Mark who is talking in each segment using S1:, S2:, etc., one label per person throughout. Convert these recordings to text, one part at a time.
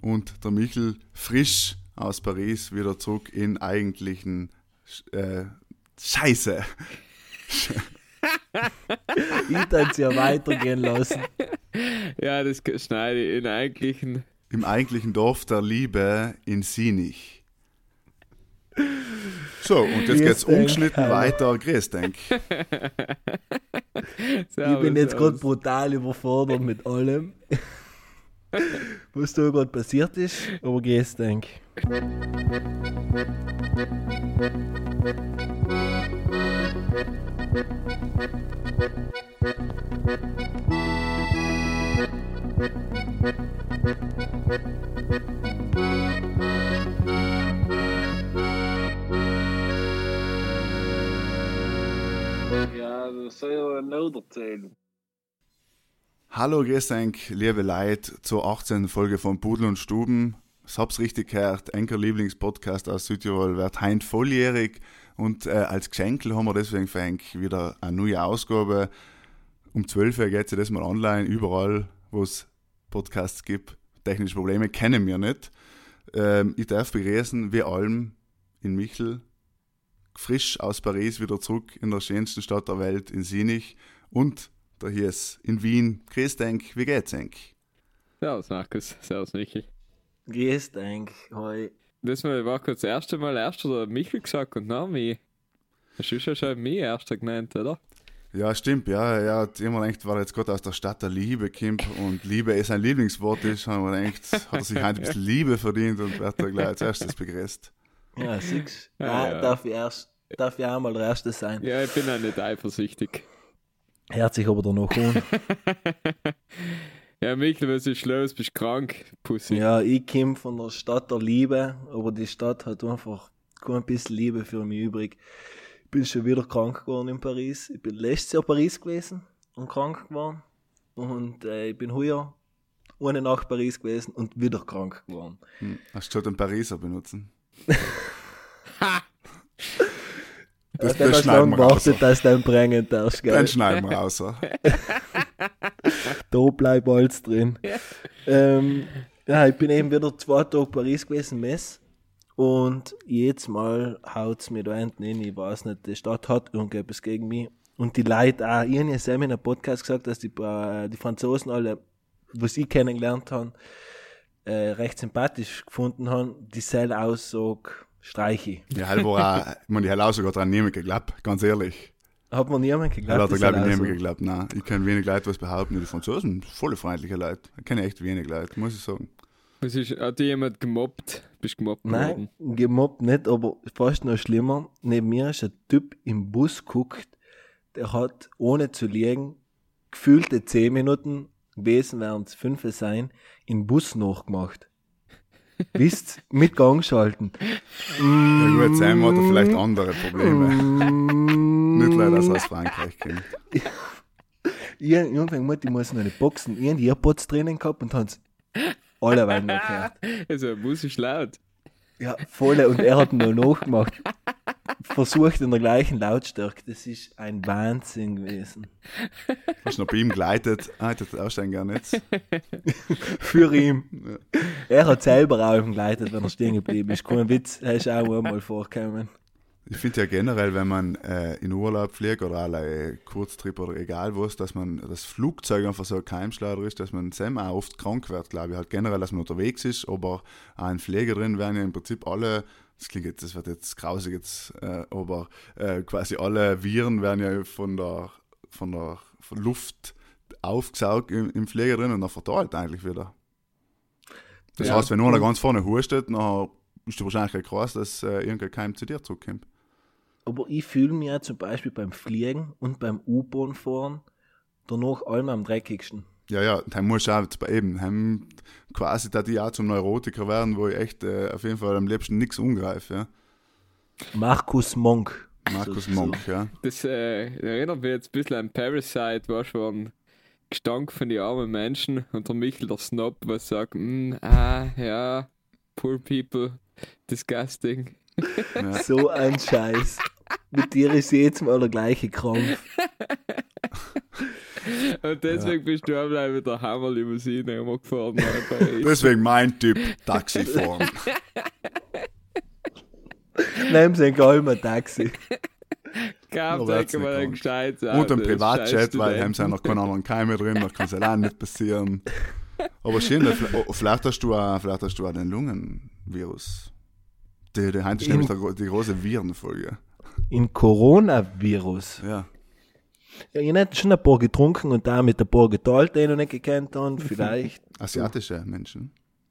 S1: und der Michel frisch aus Paris wieder zurück in eigentlichen Sch- äh, Scheiße.
S2: Ich tanze ja weitergehen lassen.
S3: Ja, das schneide ich in eigentlichen.
S1: Im eigentlichen Dorf der Liebe in Sinich. So, und jetzt
S2: Grüß
S1: geht's
S2: denk,
S1: ungeschnitten
S2: hallo.
S1: weiter. Grüß denk.
S2: Ich bin jetzt gerade
S3: Servus.
S2: brutal überfordert mit allem, was da gerade passiert ist. Aber gehst, denk.
S4: Ja, das soll ja noch erzählen.
S1: Hallo, grüß denk, liebe Leute, zur 18. Folge von Pudel und Stuben. Ich hab's richtig gehört, Enker Lieblingspodcast aus Südtirol wird heint volljährig und äh, als Geschenkel haben wir deswegen für Henk wieder eine neue Ausgabe. Um 12 Uhr geht sie das mal online, überall, wo es Podcasts gibt. Technische Probleme kennen wir nicht. Ähm, ich darf begrüßen, wie allem in Michel, frisch aus Paris wieder zurück in der schönsten Stadt der Welt, in Sinich und der hier ist in Wien. Chris Denk, wie geht's Denk?
S3: Servus, Markus. Servus, Michel.
S2: Gehst, denk. Hoi.
S3: Das Mal war kurz das erste Mal erst oder Michel gesagt und dann mich. Hast du schon schon mich erster genannt, oder?
S1: Ja, stimmt, ja, ja, hat jemand denkt, weil er jetzt gerade aus der Stadt der Liebe kommt und Liebe ist ein Lieblingswort ist, haben wir gedacht, hat er sich ein bisschen Liebe verdient und wird da gleich als erstes begrüßt.
S2: Ja, six.
S3: Ja,
S2: Ah,
S3: ja.
S2: Darf ich erst. Darf ich auch mal der Erste sein?
S3: Ja, ich bin ja nicht eifersüchtig.
S2: Hört sich aber dann noch an.
S3: ja, Michel, was ist los? Bist krank? Pussy.
S2: ja, ich komme von der Stadt der Liebe, aber die Stadt hat einfach kaum ein bisschen Liebe für mich übrig. Ich bin schon wieder krank geworden in Paris. Ich bin letztes Jahr Paris gewesen und krank geworden. Und äh, ich bin heuer ohne Nacht Paris gewesen und wieder krank geworden.
S1: Hm, Hast du schon den Pariser benutzen? Das,
S2: Ja,
S1: das
S2: hast
S1: schneiden
S2: lang
S1: wir raus.
S2: gewartet, dass du dann bringen darfst, gell?
S1: Den schneiden wir raus. Ja,
S2: Da bleibt alles drin. ähm, ja, ich bin eben wieder zwei Tage Paris gewesen, Mess. Und jedes Mal haut es mir da hinten hin. Ich weiß nicht, die Stadt hat irgendetwas gegen mich. Und die Leute auch. Ich habe ja selber in einem Podcast gesagt, dass die, äh, die Franzosen alle, was ich kennengelernt habe, äh, recht sympathisch gefunden haben. Die Aussage streiche.
S1: halt, wo auch, ich meine, ich hätte auch sogar dran nehmen geglaubt, ganz ehrlich.
S2: Hat mir niemand geglaubt.
S1: Ja, hat er,
S2: die
S1: glaube ich,
S2: Selle
S1: nicht mehr
S2: Aussage.
S1: geglaubt. Nein, ich kenne wenig Leute, was behaupten. Die Franzosen, voll freundliche Leute. Ich kenne echt wenig Leute, muss ich sagen.
S3: Was ist, hat dich jemand gemobbt? Bist gemobbt
S2: Nein,
S3: worden?
S2: gemobbt nicht, aber fast noch schlimmer. Neben mir ist ein Typ im Bus guckt, der hat, ohne zu liegen, gefühlte 10 Minuten, gewesen wären es 5 sein, in Bus nachgemacht. Wisst, mit Gang schalten.
S1: Ja gut, Sam hat er vielleicht andere Probleme. Nicht leider, dass er aus Frankreich kommt.
S2: Ich hab irgendwann gemeint, ich muss noch nicht boxen. Ich hab die Airpods drinnen gehabt und haben's alle Weile noch gehört.
S3: Also, Bus ist laut.
S2: Ja, volle. Und er hat ihn noch nachgemacht. Versucht in der gleichen Lautstärke. Das ist ein Wahnsinn gewesen.
S1: Hast du noch bei ihm geleitet? Ah, ich hätte aussteigen gar nicht.
S2: Für ihn. Er hat selber auch geleitet, wenn er stehen geblieben ist. Kein Witz, er ist auch einmal vorgekommen.
S1: Ich finde ja generell, wenn man äh, in Urlaub fliegt oder alle Kurztrip oder egal was, dass man das Flugzeug einfach so ein Keimschleuder ist, dass man Sam auch oft krank wird, glaube ich. Halt generell, dass man unterwegs ist, aber auch in Pflege drin werden ja im Prinzip alle, das klingt jetzt, das wird jetzt grausig jetzt, äh, aber äh, quasi alle Viren werden ja von der, von der Luft aufgesaugt im, im Pflege drin und dann verteilt eigentlich wieder. Das
S3: Ja.
S1: heißt, wenn nur einer ganz vorne hustet, dann ist die Wahrscheinlichkeit groß, dass äh, irgendein Keim zu dir zurückkommt.
S2: Aber ich fühle mich ja zum Beispiel beim Fliegen und beim U-Bahn fahren danach einmal am dreckigsten.
S1: Ja, ja, dann musst du auch jetzt bei- eben, dann quasi da die auch zum Neurotiker werden, wo ich echt äh, auf jeden Fall am liebsten nichts umgreife. Ja?
S2: Markus Monk.
S1: Markus
S2: So-
S1: Monk, ja.
S3: Das äh, erinnert mich jetzt ein bisschen an Parasite, weißt du, wo ein Gestank von den armen Menschen und der Michel, der Snob, was sagt, "Mm, ah, ja, poor people, disgusting.
S1: ja.
S2: So ein Scheiß. Mit dir ist jedes Mal der gleiche Krampf.
S3: Und deswegen bist du einmal mit der Hammerlimousine rumgefahren. nach Paris.
S1: Deswegen mein Typ, Taxifahren.
S2: Nehmen Sie ein Galmer Taxi.
S3: Gab
S1: Aber
S3: denke
S1: hat's
S3: mal
S1: nicht
S3: ein gescheites Auto.
S1: Und ein
S3: Ah, das
S1: Privatjet,
S3: scheißt
S1: weil
S3: du
S1: haben sie ja noch keinen anderen Keime drin, da kann es allein nicht passieren. Aber schön, vielleicht- oh, vielleicht hast du auch, vielleicht hast du auch den Lungenvirus. Die, die heute ist nämlich der, gro- die große Virenfolge.
S2: In Coronavirus.
S1: Ja.
S2: Ja, ich hätte schon ein paar getrunken und da mit ein paar geteilt, den ich nicht gekannt habe. Vielleicht.
S1: Asiatische Menschen.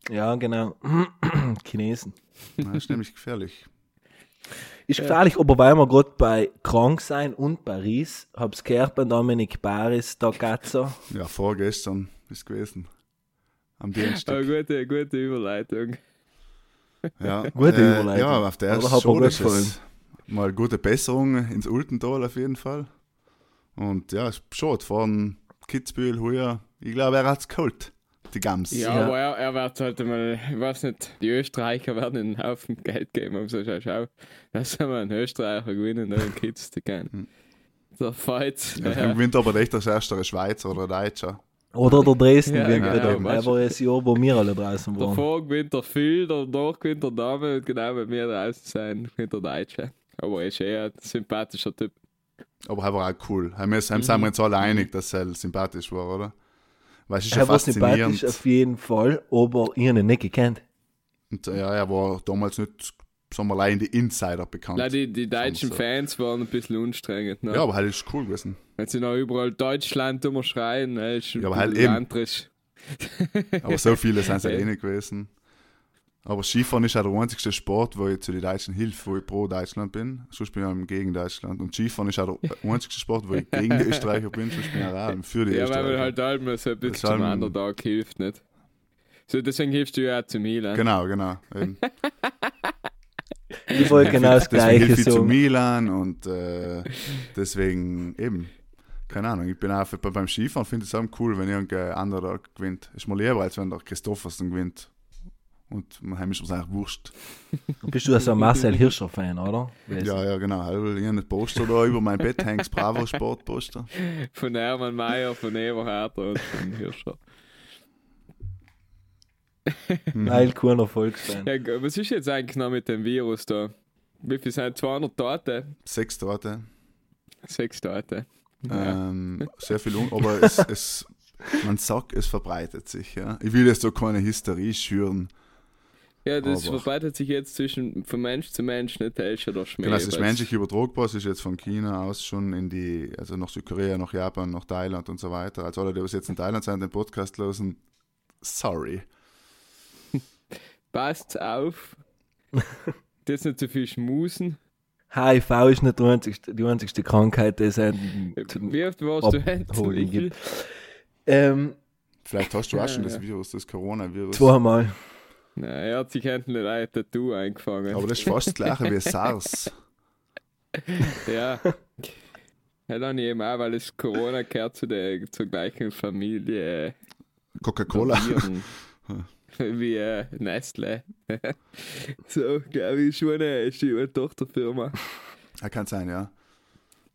S2: Ja, genau. Chinesen.
S1: Das ist nämlich gefährlich.
S2: Ist gefährlich, aber weil wir gerade bei krank sein und Paris, hab's gehört bei Dominik Paris, da Gazzo.
S1: Ja, vorgestern ist gewesen. Am
S3: Aber
S1: Dienstag.
S3: gute, gute Überleitung.
S1: Ja.
S2: Gute
S1: Äh,
S2: Überleitung.
S1: Ja, auf der
S2: Aber hat mir gut
S1: Sodisches.
S2: gefallen.
S1: Mal gute Besserung ins Ultental auf jeden Fall. Und ja, ist schade, fahren Kitzbühel, Huja. Ich glaube, er hat's geholt. Die Gams.
S3: Ja,
S2: Ja.
S3: aber er, er wird halt mal, ich weiß nicht, die Österreicher werden einen Haufen Geld geben, um so schau, schau, dass wir einen Österreicher gewinnen, da in Kids zu
S1: Hm.
S3: gehen. Der Fight.
S1: Ja, Im Winter aber echt das erste ein Schweizer oder ein Deutscher.
S2: Oder der Dresden
S3: Ja,
S2: gewinnt
S3: genau,
S2: wieder.
S3: weißt
S2: Der
S3: du.
S2: war das Jahr, wo wir alle draußen waren.
S3: Davor gewinnt der Phil, danach gewinnt der Dame und genau bei mir draußen sein gewinnt der Deutsche. Aber er ist eher ein sympathischer Typ.
S1: Aber er war auch cool. Haben wir haben sind wir uns alle einig, dass er sympathisch war, oder? Weil es ist ja
S2: Er war sympathisch
S1: faszinierend.
S2: auf jeden Fall, aber ich habe ihn nicht gekannt.
S1: Und, äh, ja, er war damals nicht, sagen wir mal, in die Insider bekannt.
S3: Nein, die, die deutschen
S1: so.
S3: Fans waren ein bisschen anstrengend. Ne?
S1: ja, aber halt ist cool gewesen.
S3: Wenn sie noch überall Deutschland immer schreien, ne, ist
S1: Ja, aber
S3: ein
S1: halt
S3: bisschen
S1: eben.
S3: anders.
S1: Aber so viele sind es halt eh
S3: Ja.
S1: nicht gewesen. Aber Skifahren ist auch der einzige Sport, wo ich zu den Deutschen hilf, wo ich pro Deutschland bin. Sonst bin ich auch gegen Deutschland. Und Skifahren ist auch der einzige Sport, wo ich gegen die Österreicher bin, sonst bin ich auch für die
S3: Ja, weil
S1: Österreicher.
S3: man halt halt mal so ein bisschen
S1: haben-
S3: zum Underdog hilft, nicht? So, deswegen hilfst du ja auch zu ne? Milan.
S1: Genau, genau. Eben.
S2: Ich wollte genau das
S1: deswegen hilf
S2: Gleiche
S1: ich zu
S2: sagen.
S1: Milan und äh, deswegen eben. Keine Ahnung, ich bin auch bei- beim Skifahren finde ich es auch cool, wenn irgendein anderer gewinnt. Ist mir lieber, als wenn der Christoffersen gewinnt. Und man ist mir eigentlich wurscht.
S2: Bist du also ein Marcel Hirscher-Fan, oder?
S1: Ja, ja, genau. Halb hier ein Poster da über mein Bett hängt, das Bravo Sportposter.
S3: Von Hermann Mayer, von Eberhardt und von Hirscher.
S1: Mhm.
S3: genau.
S2: Weil keiner Volksfan.
S3: Ja, g- was ist jetzt eigentlich noch mit dem Virus da? Wie viel sind 200 Tote?
S1: Sechs Torte.
S3: Sechs Tote.
S1: Ähm, sehr viel, Un aber es, es, man sagt, es verbreitet sich. Ja. Ich will jetzt so keine Hysterie schüren.
S3: Ja, das
S1: Aber-
S3: verbreitet sich jetzt zwischen von Mensch zu Mensch, nicht? Da ist ja der Schmäh.
S1: Genau, es ist
S3: jetzt.
S1: menschlich übertragbar, es ist jetzt von China aus schon in die, also nach Südkorea, nach Japan, nach Thailand und so weiter. Also alle, die was jetzt in Thailand sind, den Podcast losen, sorry.
S3: Passt auf. Jetzt nicht zu viel schmusen.
S2: HIV ist nicht die einzigste, die einzigste Krankheit, die es einen zu-
S3: Wie oft warst du jetzt?
S2: abholen
S3: Niki?
S2: gibt. Ähm,
S1: Vielleicht hast du auch schon
S3: Ja,
S1: das Virus, das Coronavirus.
S2: zweimal.
S3: Nein, er hat sich endlich ein Tattoo eingefangen.
S1: Aber das ist fast das gleiche wie SARS.
S3: Ja. Ja, dann eben auch, weil das Corona gehört zu der, zur gleichen Familie
S1: Coca-Cola.
S3: der Viren. wie äh, Nestle. so, glaube ich, schon eine, ist schon eine Tochterfirma.
S1: Ja, kann sein, ja.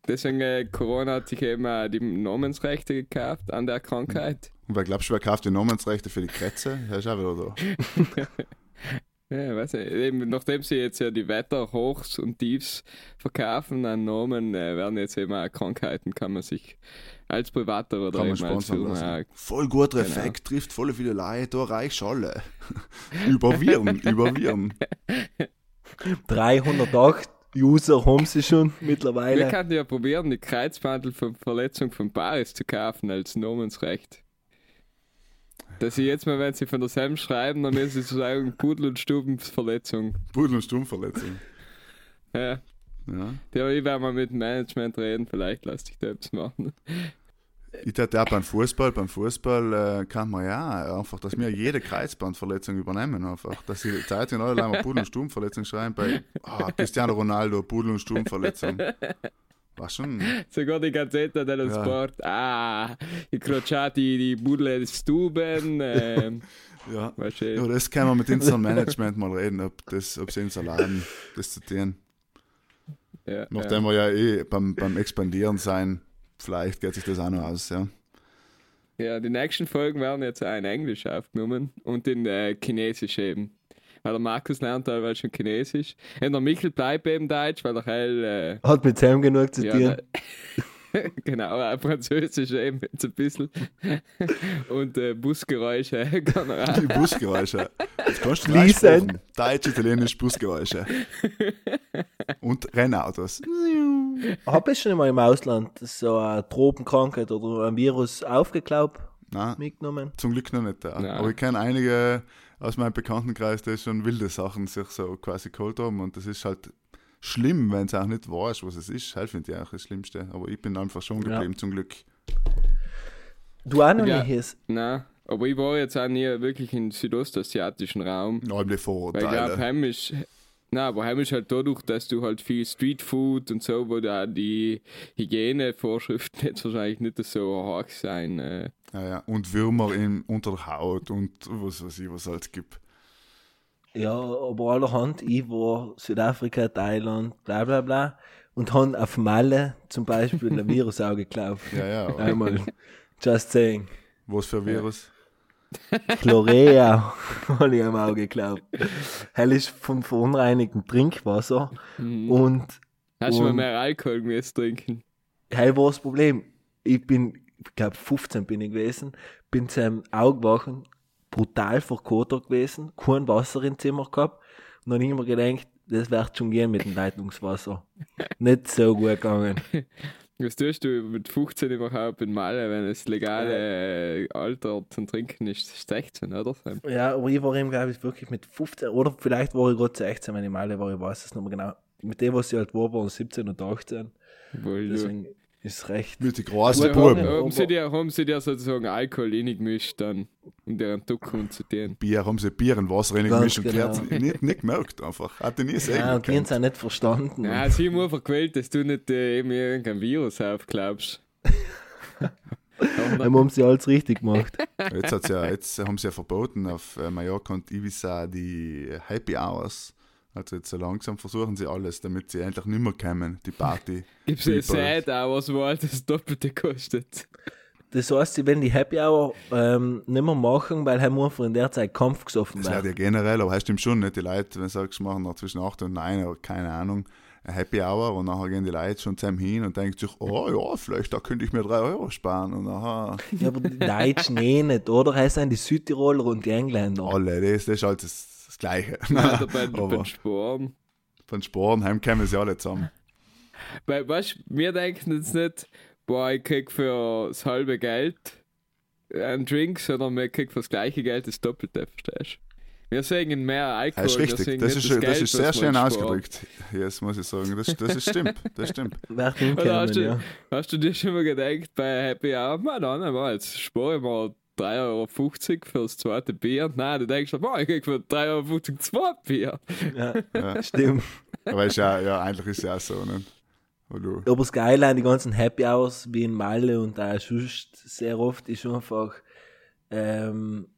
S3: Deswegen, äh, Corona hat sich eben auch die Namensrechte gekauft an der Krankheit.
S1: Und wer glaubst du, wer kauft die Namensrechte für die Kretze? Der ist auch wieder da.
S3: Ja, weiß ich. Eben, nachdem sie jetzt ja die Wetter Hochs und Tiefs verkaufen an Namen, äh, werden jetzt eben auch Krankheiten, kann man sich als Privater oder
S1: Kann man
S3: eben als
S1: sponsern
S3: Firma
S1: lassen.
S3: auch
S1: Voll guter Effekt, trifft voll viele Leute, da reich alle. über Viren, über Viren.
S2: 308 User haben sie schon
S3: Wir
S2: mittlerweile.
S3: könnten ja probieren, die Kreuzbandel von Verletzung von Paris zu kaufen als Namensrecht. Dass sie jetzt mal, wenn sie von derselben schreiben, dann müssen sie sagen, Pudel und Stubenverletzung.
S1: Pudel- und Stummverletzung.
S3: Ja,
S1: Ja.
S3: ja ich werde mal mit dem Management reden, vielleicht lasse ich da etwas machen.
S1: Ich dachte auch beim Fußball, beim Fußball äh, kann man ja einfach, dass wir jede Kreuzbandverletzung übernehmen einfach. Dass die Zeitung alle einmal Pudel- und Stummverletzung schreiben bei ah, Cristiano Ronaldo, Pudel- und Stummverletzung. War schon,
S3: Sogar die Gazzetta dello
S1: Ja.
S3: Sport. Ah, i crociati di Pudel Stuben. Ähm,
S1: ja.
S3: weißt
S1: Ja,
S3: du,
S1: das kann man mit unserem Management mal reden, ob, das, ob sie uns erlauben, das zu tun.
S3: ja, ja.
S1: Nachdem wir ja eh beim, beim Expandieren sein, vielleicht geht sich das auch noch aus, ja.
S3: Ja, die nächsten Folgen werden jetzt auch in Englisch aufgenommen und in äh, Chinesisch eben. Weil der Markus lernt teilweise schon Chinesisch. Und der Michel bleibt eben Deutsch, weil er heil.
S2: Hat mit Sam genug zu
S3: Äh, ja,
S2: tun.
S3: der- genau, auch Französisch eben jetzt ein bisschen. und äh, Busgeräusche kann er auch.
S1: Die Busgeräusche. Das kannst du
S2: Please
S1: gleich sprechen. Deutsch, Italienisch, Busgeräusche. Und Rennautos.
S2: Hab ich schon mal im Ausland so eine Tropenkrankheit oder ein Virus aufgeglaubt,
S1: Na,
S2: mitgenommen?
S1: zum Glück noch nicht da.
S3: Nein.
S1: Aber ich kenne einige aus meinem Bekanntenkreis, die schon wilde Sachen sich so quasi geholt haben. Und das ist halt schlimm, wenn es auch nicht weißt, was es ist. Halt finde ich auch das Schlimmste. Aber ich bin einfach schon
S2: Ja.
S1: geblieben, zum Glück.
S2: Du auch noch
S3: Ja.
S2: nicht hieß.
S3: Nein, aber ich war jetzt auch nie wirklich im südostasiatischen Raum.
S1: Nämlich
S3: Weil ich glaube,
S1: Vorurteile.
S3: Heim ist. Na, aber Heim ist halt dadurch, dass du halt viel Streetfood und so, wo da die Hygienevorschriften jetzt wahrscheinlich nicht so hart sein. Äh.
S1: Ja, ja. Und Würmer in, unter der Haut und was weiß ich, was es halt gibt.
S2: Ja, aber allerhand, ich war Südafrika, Thailand, bla bla bla. Und haben auf Malle zum Beispiel ein Virus aufgeglaubt.
S1: Ja, ja. aber
S2: Einmal. Just saying.
S1: Was für ein Virus?
S2: Chlorea habe ich am Auge geglaubt. Hell ist vom verunreinigten Trinkwasser.
S3: Mhm.
S2: Und
S3: Hast du mal
S2: Und-
S3: mehr Alkohol müssen trinken?
S2: hey, war das Problem. Ich bin, ich glaube 15 bin ich gewesen, bin zu einem Augewachen brutal verkotert gewesen, kein Wasser im Zimmer gehabt und dann immer gedacht, das wird schon gehen mit dem Leitungswasser. Nicht so gut gegangen.
S3: Was tust du mit 15 überhaupt in Malle, wenn das legale äh, Alter zum Trinken ist 16, oder? Sam?
S2: Ja, aber ich war eben, glaube ich, wirklich mit 15 oder vielleicht war ich gerade 16, wenn ich mal war, ich weiß es nicht mehr genau. Mit dem, was ich halt war, waren 17 und 18.
S3: Weil du,
S2: Deswegen ist es recht.
S1: Mit den großen
S3: also,
S1: Buben.
S3: haben, haben, sie dir, haben sie dir sozusagen Alkohol reingemischt dann, um dir einen Ducken zu tun?
S1: Bier, haben sie Bier und Wasser reingemischt
S2: Ganz genau.
S1: und die hat's nicht, nicht gemerkt einfach. Hat die nie sehen
S2: Ja, und die haben
S1: gekannt.
S2: es auch nicht verstanden.
S3: Ja, sie haben einfach gewählt, dass du nicht äh, eben irgendein Virus aufglaubst.
S2: Dann haben sie alles richtig gemacht.
S1: Jetzt, hat's ja, jetzt haben sie ja verboten auf äh, Mallorca und Ibiza die äh, Happy Hours. Also jetzt so langsam versuchen sie alles, damit sie endlich nicht mehr kommen, die Party.
S3: Gibt's ja
S1: People.
S3: Sad Hours, wo halt das Doppelte kostet.
S2: Das heißt, sie werden die Happy Hour ähm, nicht mehr machen, weil Herr Murfer in der Zeit Kampf gesoffen
S1: Das wäre
S2: wird.
S1: ja generell, aber heißt stimmt schon nicht, die Leute, wenn du sagst, machen noch zwischen 8 und 9 oder keine Ahnung, eine Happy Hour und nachher gehen die Leute schon zusammen hin und denken sich, oh ja, vielleicht da könnte ich mir 3 Euro sparen und nachher
S2: Ja, aber die Deutschen eh nicht, oder? Das sind die Südtiroler und die Engländer.
S1: alle, das, das ist halt das, das Gleiche.
S3: Alter, bei,
S1: aber
S3: beim Sporn.
S1: von Sporenheim kommen sie alle zusammen.
S3: Weil, weißt du, wir denken jetzt nicht, boah, ich krieg für das halbe Geld einen Drink, sondern wir kriegen für das gleiche Geld das Doppelte, verstehst du? Wir sehen mehr Alkohol.
S1: Das ist
S3: wir sehen
S1: richtig, das
S3: nicht
S1: ist, das
S3: Geld,
S1: ist
S3: was
S1: sehr
S3: wir
S1: schön
S3: sparen.
S1: ausgedrückt. Jetzt muss ich sagen, das, das ist stimmt, das stimmt.
S2: Wer
S3: Oder hast,
S2: hinkommen,
S3: du,
S2: ja.
S3: hast du dir schon mal gedacht, bei Happy Hour, man, dann mal, jetzt spare ich mal 3,50 Euro fürs zweite Bier? Nein, du denkst, boah, ich krieg für 3,50 Euro zwei Bier.
S2: ja.
S1: Ja.
S2: Stimmt.
S1: Aber ist ja, ja, eigentlich ist es ja auch so, ne? Wo du-
S2: Aber das Geile an die ganzen Happy Hours wie in Malle und auch sonst sehr oft ist einfach, ähm,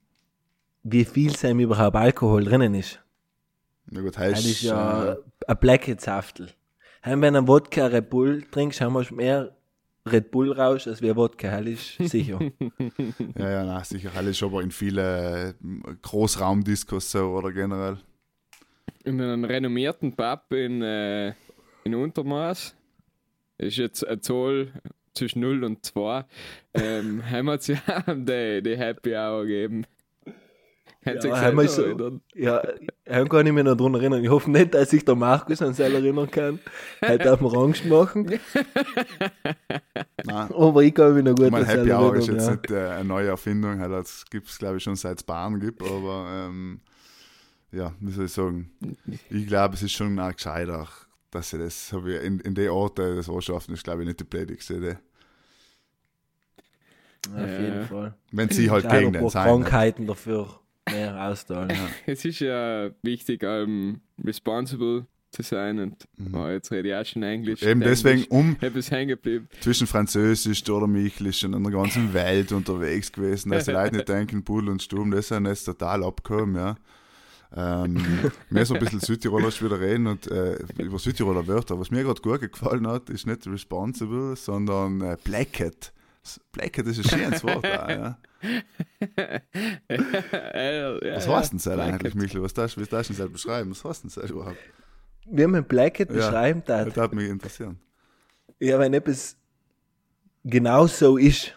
S2: wie viel Sam überhaupt Alkohol drinnen ist.
S1: Na gut,
S2: Das ist
S1: heißt
S2: ja
S1: äh,
S2: ein Blackhead-Saftel. Heim, Wenn du einen Wodka Red Bull trinkst, haben wir schon mehr Red Bull raus als wir Wodka. Das ist sicher.
S1: ja, ja, na, sicher, alles schon aber in viele äh, Großraumdiskos so oder generell.
S3: in einem renommierten Pub in, äh, in Untermaß. Ist jetzt ein Zoll zwischen 0 und 2. Ähm, haben wir sie die, die Happy Hour gegeben. Hat sie
S2: Ja,
S3: gesagt,
S2: haben wir so-
S3: Alter.
S2: Ja, heim kann ich mich noch dran erinnern. Ich hoffe nicht, dass sich der Markus an selber erinnern kann. Er darf mir Angst machen.
S1: Nein,
S2: Aber ich kann mich noch gut
S1: mein
S2: an selber
S1: Happy Hour ist jetzt
S2: erinnern. Ja.
S1: nicht äh, eine neue Erfindung, halt, das gibt es glaube ich schon seit es Bahn gibt, aber ähm, ja, wie soll ich sagen, ich glaube, es ist schon auch gescheiter, dass sie das, hab ich, in, in den Orten das Ortschaften ist glaube ich nicht die blödigste Idee.
S2: Auf jeden Fall.
S1: Wenn sie halt
S2: Schau,
S1: gegen
S2: wo
S1: den sein.
S2: Krankheiten dafür mehr austeilen.
S3: Es ist ja wichtig, ähm, responsible zu sein. Und
S2: Mhm.
S3: oh, jetzt rede ich auch schon Englisch.
S1: Eben deswegen, um
S3: Ich bin hängen geblieben.
S1: zwischen Französisch, Dormichlisch und an der ganzen Welt unterwegs gewesen, dass die Leute nicht denken, Pudel und Sturm, das sind jetzt total abgekommen, ja. Ähm, mehr so ein bisschen Südtirolerisch wieder reden und äh, über Südtiroler Wörter. Was mir gerade gut gefallen hat, ist nicht responsible, sondern äh, Blackhead. Blecker, das ist ein schönes Wort. Auch, ja. Was heißt denn das eigentlich, Michel? Was darfst, wie darfst du das beschreiben? Was heißt denn das überhaupt?
S2: Wie man Blacket beschreiben
S1: ja,
S2: darf.
S1: Das würde mich interessieren.
S2: Ja, wenn etwas genau so ist.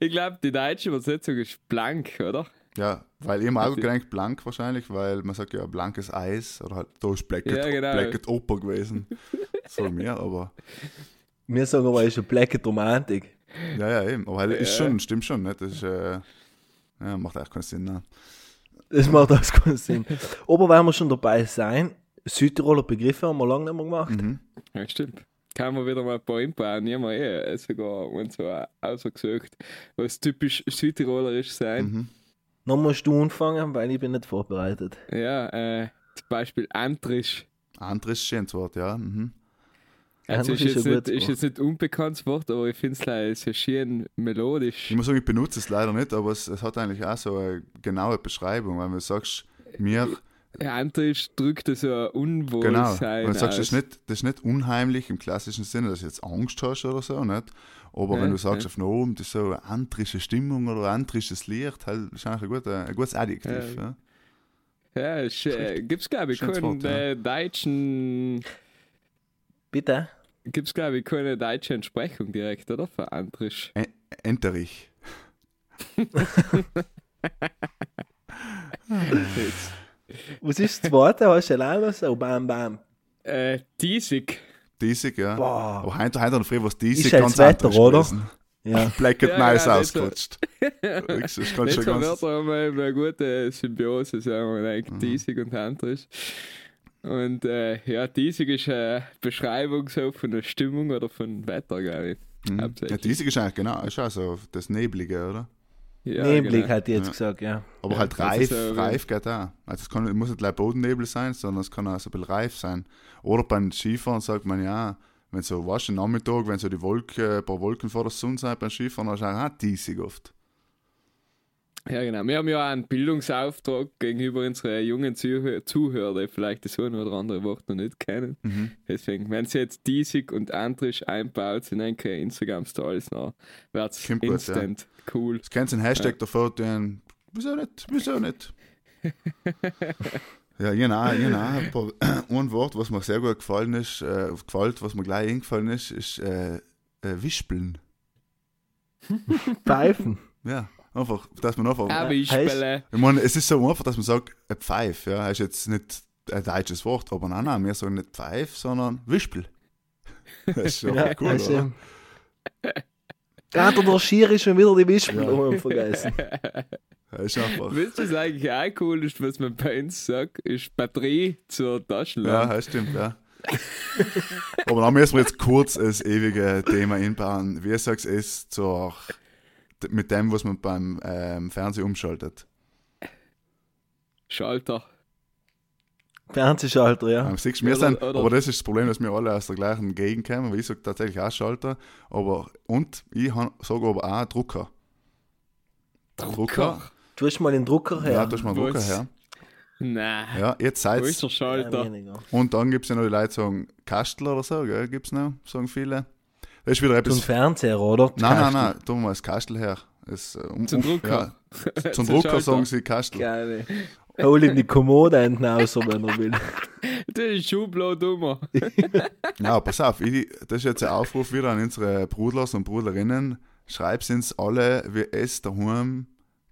S3: Ich glaube, die deutsche Übersetzung ist blank, oder?
S1: Ja, weil ich im Auge gedacht, blank wahrscheinlich, weil man sagt ja blankes Eis oder halt da ist Blacket,
S3: Ja, genau.
S1: Blacket Oper gewesen. So mehr, aber
S2: Wir sagen aber, es ist eine Blacket Romantik.
S1: ja, ja, eben. Aber halt, ist schon, stimmt schon, ne? Das ist, äh, ja, macht auch keinen Sinn. Ne?
S2: Das macht alles keinen Sinn. Aber wenn wir schon dabei sein, Südtiroler Begriffe haben wir lange nicht mehr
S1: Mhm.
S2: gemacht.
S3: Ja, stimmt. Kann man wieder mal ein paar einbauen. Ich habe mir eh sogar und so ausgesucht, was typisch südtirolerisch sein.
S1: mhm.
S2: Dann musst du anfangen, weil ich bin nicht vorbereitet.
S1: Mhm.
S3: Ja, äh, zum Beispiel Antrisch.
S1: Anderes schönes Wort, ja. Mhm.
S3: Also
S2: Antrisch
S3: ist
S2: ist
S3: jetzt,
S2: ein
S3: nicht,
S2: gutes
S3: ist jetzt nicht unbekanntes Wort, aber ich finde es leider sehr schön melodisch.
S1: Ich muss sagen, ich benutze es leider nicht, aber es, es hat eigentlich auch so eine genaue Beschreibung, wenn du sagst, mir,
S3: Ja, Antrisch drückt so ein
S1: genau,
S3: Unwohlsein
S1: wenn du sagst, das ist,
S3: aus.
S1: nicht, das ist nicht unheimlich im klassischen Sinne, dass du jetzt Angst hast oder so, nicht? Aber
S3: Ja,
S1: wenn du sagst,
S3: ja.
S1: auf den Oben, das ist so eine antrische Stimmung oder ein antrisches Licht, halt, ist eigentlich ein, guter, ein gutes Adjektiv. Ja.
S3: Ja, ist, äh, gibt's glaube ich
S1: Schönes
S3: keinen
S1: Wort, ja.
S3: äh, deutschen,
S2: Bitte?
S3: gibt's glaube ich keine deutsche Entsprechung direkt, oder? Für Antrisch.
S1: En- Enterich.
S2: Was ist das zweite? Hast du allein noch so? Bam, bam.
S3: Äh, Diesig.
S1: Diesig, ja.
S2: Boah.
S1: Aber heute, heute oder früher war es diesig
S2: Ist halt das Wetter,
S1: anders
S2: oder?
S1: gewesen.
S2: Ja.
S1: Black and
S3: Ja,
S1: Nice
S3: ja, nicht so.
S1: ausgerutscht. Das ist ganz schön
S3: Nicht so
S1: ganz. Mhm.
S3: Wörter haben wir eben eine gute Symbiose, sagen wir eigentlich, diesig und Antrisch. Und äh, ja, diesig ist eine Beschreibung so von der Stimmung oder von Wetter, glaube ich.
S1: Mhm. Ja,
S3: Hauptsächlich.
S1: diesig ist eigentlich, genau, ist auch so das Neblige, oder?
S3: Ja,
S2: Neblig
S3: genau.
S2: hat die jetzt gesagt, ja.
S1: Aber halt
S3: das
S1: reif,
S3: ist äh, ja-
S1: reif geht auch. Also es kann, muss nicht gleich Bodennebel sein, sondern es kann auch so ein bisschen reif sein. Oder beim Skifahren sagt man ja, wenn so, weißt du, am Nachmittag, wenn so die Wolke, ein paar Wolken vor der Sonne sind beim Skifahren, dann ist auch auch diesig oft.
S3: ja, genau. Wir haben ja auch einen Bildungsauftrag gegenüber unseren jungen Zuhö- Zuhörer, die vielleicht das eine oder andere Wort noch nicht kennen. Deswegen, wenn sie jetzt diesig und Antrisch einbaut in ein Instagram-Stories nach, wird es
S1: Kommt gut, ja.
S3: instant cool.
S1: Das kannst du einen Hashtag davor tun, wieso nicht, wieso nicht. ja, genau, genau. Ein, paar, ein Wort, was mir sehr gut gefallen ist, äh, gefällt, was mir gleich eingefallen ist, ist äh, äh, Wispeln.
S2: Pfeifen.
S1: Ja, einfach, dass man einfach...
S3: Aber ich
S2: heißt-
S3: spiele.
S1: Ich meine, es ist so einfach, dass man sagt, ein Pfeif, ja, ist jetzt nicht ein deutsches Wort, aber nein, nein, wir sagen nicht Pfeif, sondern Wispel. Das ist schon
S2: Ja,
S1: cool,
S2: also,
S1: oder?
S2: Ah, der Dorschir ist schon wieder die Wischmel
S1: Ja.
S2: ja. vergessen.
S1: Das ist einfach.
S3: Wisst ihr, was eigentlich auch cool ist, was man bei uns sagt, ist Batterie
S1: Ja,
S3: zur Taschenlampe.
S1: das stimmt, ja. aber dann müssen wir jetzt kurz das ewige Thema einbauen. Wie sagst du es zur, mit dem, was man beim ähm, Fernsehen umschaltet?
S3: Schalter.
S2: Fernsehschalter, Ah. ja.
S1: Ähm, siehst, du, wir
S3: Oder-
S1: sind,
S3: oder-
S1: aber das ist das Problem, dass wir alle aus der gleichen Gegend kommen, weil ich sage tatsächlich auch Schalter. Aber, und ich sage aber auch Drucker. Drucker.
S2: Du hast mal den Drucker her.
S1: Ja, da ist mal Drucker
S3: Was?
S1: her.
S3: Nein.
S1: Ja, jetzt
S3: Wo
S1: seid's.
S3: ist der
S2: Ja,
S3: Schalter?
S2: weniger.
S1: Und dann gibt es ja noch die Leute, die sagen Kastler oder so, gell? Gibt's noch, sagen viele. Das ist wieder
S2: Zum
S1: etwas.
S2: Fernseher, oder?
S1: Nein, nein, nein, tun wir mal das Kastel her. Das, äh, um,
S3: Zum
S1: um-
S3: Drucker. halt
S1: Ja, zum Drucker sagen sie Kastel.
S3: Geil.
S2: nein. Hol ihm die Kommode hinten raus, wenn er will.
S3: Das ist Schublade um.
S1: Ja, pass auf, ich, das ist jetzt ein Aufruf wieder an unsere Brudlers und Bruderinnen. Schreib's uns alle, wie es daheim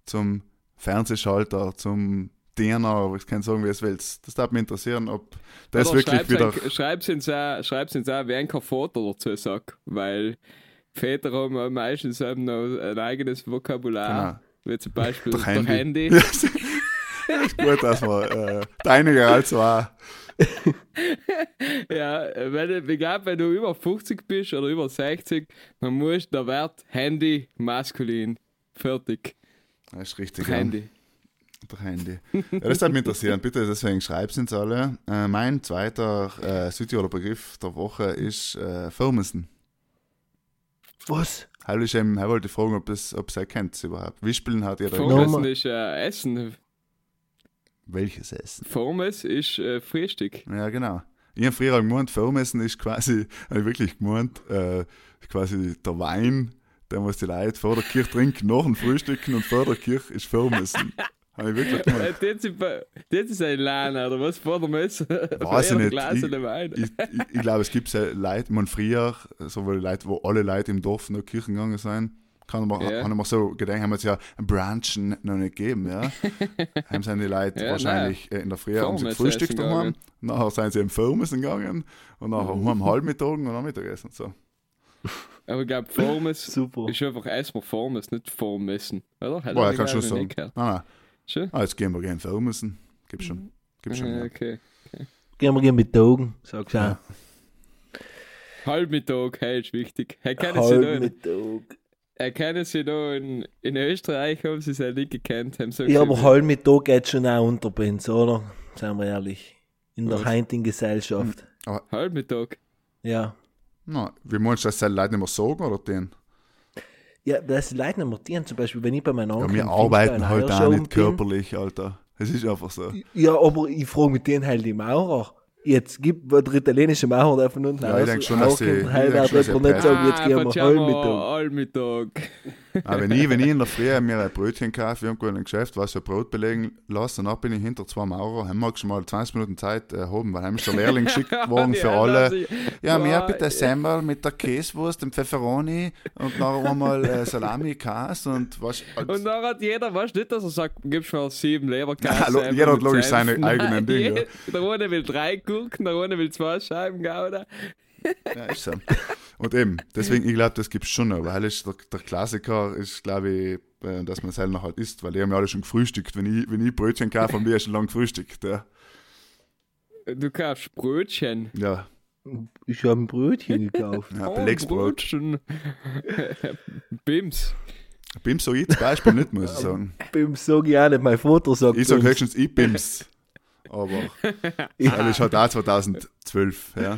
S1: zum Fernsehschalter, zum Diener, ich kann sagen, wie es willst. Das darf mich interessieren, ob das wirklich wieder.
S3: Schreib's uns auch, schreib's uns auch, wer ein kein Vater dazu sagt, weil Väter haben auch meistens eben noch ein eigenes Vokabular. Wie zum Beispiel
S1: durch
S3: der
S1: Genau. Handy.
S3: Handy.
S1: Ja, das ist gut, dass wir äh, deine also auch.
S3: Ja, äh, wenn, ich glaube, wenn du über 50 bist oder über 60, dann musst der Wert Handy maskulin. Fertig.
S1: Das ist richtig.
S3: Handy.
S1: Ja, durch Handy. Ja, das würde mich interessieren. Bitte, deswegen schreib's uns alle. Äh, mein zweiter äh, Südtiroler Begriff der Woche ist äh, Firmissen.
S2: Was?
S1: Hallo, ich ähm, wollte fragen, ob es ob ihr kennt überhaupt. Wispeln hat jeder.
S2: Fro-
S3: Vormessen
S2: Nummer-
S3: ist äh, Essen.
S1: Welches Essen?
S3: Vormes ist äh, Frühstück.
S1: Ja, genau. Ich habe früher gemeint, Firmessen ist quasi, hab ich wirklich gemeint, äh, quasi der Wein, der muss die Leute vor der Kirche trinken, nach dem Frühstücken und vor der Kirche ist Firmessen. Habe ich wirklich
S3: Äh,
S1: gemacht.
S3: Das ist bei- das ist ein Lana, oder was? Vor der Messe.
S1: Weiß ich nicht.
S3: Glas
S1: Ich-
S3: Wein.
S1: Ich, ich, ich glaube, es gibt äh, Leute, man früher, sowohl Leute, wo alle Leute im Dorf noch Kirchen gegangen sind, kann man,
S3: Ja.
S1: haben wir so gedacht, haben wir jetzt ja ein Branchen noch nicht gegeben, ja. haben sind die Leute
S3: Ja,
S1: wahrscheinlich äh, in der Früh haben sie
S3: Firmen
S1: gefrühstückt
S3: essen
S1: daheim,
S3: gegangen.
S1: nachher sind sie im Firmessen gegangen und nachher mhm. am Halbmittag und am Mittagessen. und So.
S3: Aber ich glaube, Formes
S2: Super.
S3: ist einfach erstmal Formes, nicht Formessen. Oder? Hat
S1: Boah,
S3: er
S1: ich kann schon
S3: noch
S1: sagen.
S3: nicht gehört.
S1: Nein, nein.
S3: Schon?
S1: Ah, jetzt gehen wir gerne Firmessen. Gibt schon. Gibt schon.
S3: Ah,
S1: Ja.
S3: okay.
S2: Gehen wir gehen mit den Augen, sagst du auch.
S3: Halbmittag, hey, ist wichtig. Er kann es ja noch,
S2: Halb
S3: in-
S2: mit den Augen.
S3: er kann es ja noch in, in Österreich, haben sie es ja nicht gekannt. Haben so
S2: Ja,
S3: gesagt,
S2: aber halb mit Tag geht schon auch unter Benz, oder? Seien wir ehrlich. In der
S3: Was?
S2: heutigen
S1: Hm.
S2: Gesellschaft.
S3: Halbmittag.
S2: Ja.
S1: Na, wie meinst du, dass die Leute nicht mehr sagen oder den?
S2: Ja, das sind Leute nicht mortieren. Zum Beispiel, wenn ich bei meinen
S1: Ja,
S2: Onkel
S1: wir
S2: im
S1: arbeiten
S2: Finchgau in
S1: halt auch
S2: Heierschau
S1: nicht
S2: bin.
S1: körperlich, Alter. Es ist einfach so.
S2: Ja, aber ich frage mit denen halt die Maurer. Jetzt gibt es der italienische Maurer, der von unten
S1: Ja, ich denk schon, dass sie- ich denk
S2: Heirat
S1: schon, dass
S2: wird
S1: sie
S2: man halt nicht sagen, jetzt
S3: Ah,
S2: gehen wir
S3: Pajama,
S2: Halbmittag.
S3: Halbmittag.
S1: Ah, wenn, ich, wenn ich in der Früh mir ein Brötchen kaufe, irgendwo in einem Geschäft, was für Brot belegen lasse, und dann bin ich hinter zwei Maurer, haben wir schon mal 20 Minuten Zeit erhoben, weil haben ist der Lehrling geschickt worden
S3: Die
S1: für
S3: anderen haben
S1: alle.
S3: sich-
S1: Ja, mir
S3: Boah,
S1: bitte Semmel mit der Käsewurst, dem Pfefferoni und noch einmal äh, Salami, Käse und was.
S3: Und dann hat jeder, weißt du nicht, dass er sagt, gibst mir sieben
S1: Ja,
S3: Leberkäse.
S1: lo-
S3: einfach
S1: jeder hat
S3: mit
S1: logisch
S3: Senf.
S1: seine eigenen Dinge,
S3: je- Der eine will drei Gurken, der eine will zwei Scheiben Gouda.
S1: Ja, ist so. Und eben, deswegen, ich glaube, das gibt es schon noch, weil es der, der Klassiker ist, glaube ich, äh, dass man es halt noch halt isst, weil die haben ja alle schon gefrühstückt. Wenn ich, wenn ich Brötchen kaufe, haben die ja schon lange gefrühstückt. Ja.
S3: Du kaufst Brötchen. Oh,
S1: ja. Oh,
S2: Ich habe ein Brötchen gekauft.
S1: Ja, Belegsbrot.
S3: Brötchen. Bims.
S1: Bims so ich zum Beispiel nicht, muss ich sagen.
S2: Beim sage ich auch nicht, mein Vater sagt
S1: Ich sage
S2: uns.
S1: höchstens, ich bims. Aber weil ich halt auch 2012, ja.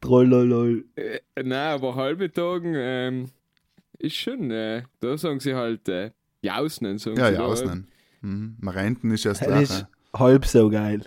S2: Trollolol.
S3: Äh, nein, aber halbmittagen ähm, ist schon, äh, da sagen sie halt äh, Jausnen. Sagen
S1: Ja,
S3: sie
S1: ja,
S3: da.
S1: ausnehmen. Mhm. Man renten ist erst
S2: Das ist
S1: nachher.
S2: halb so geil.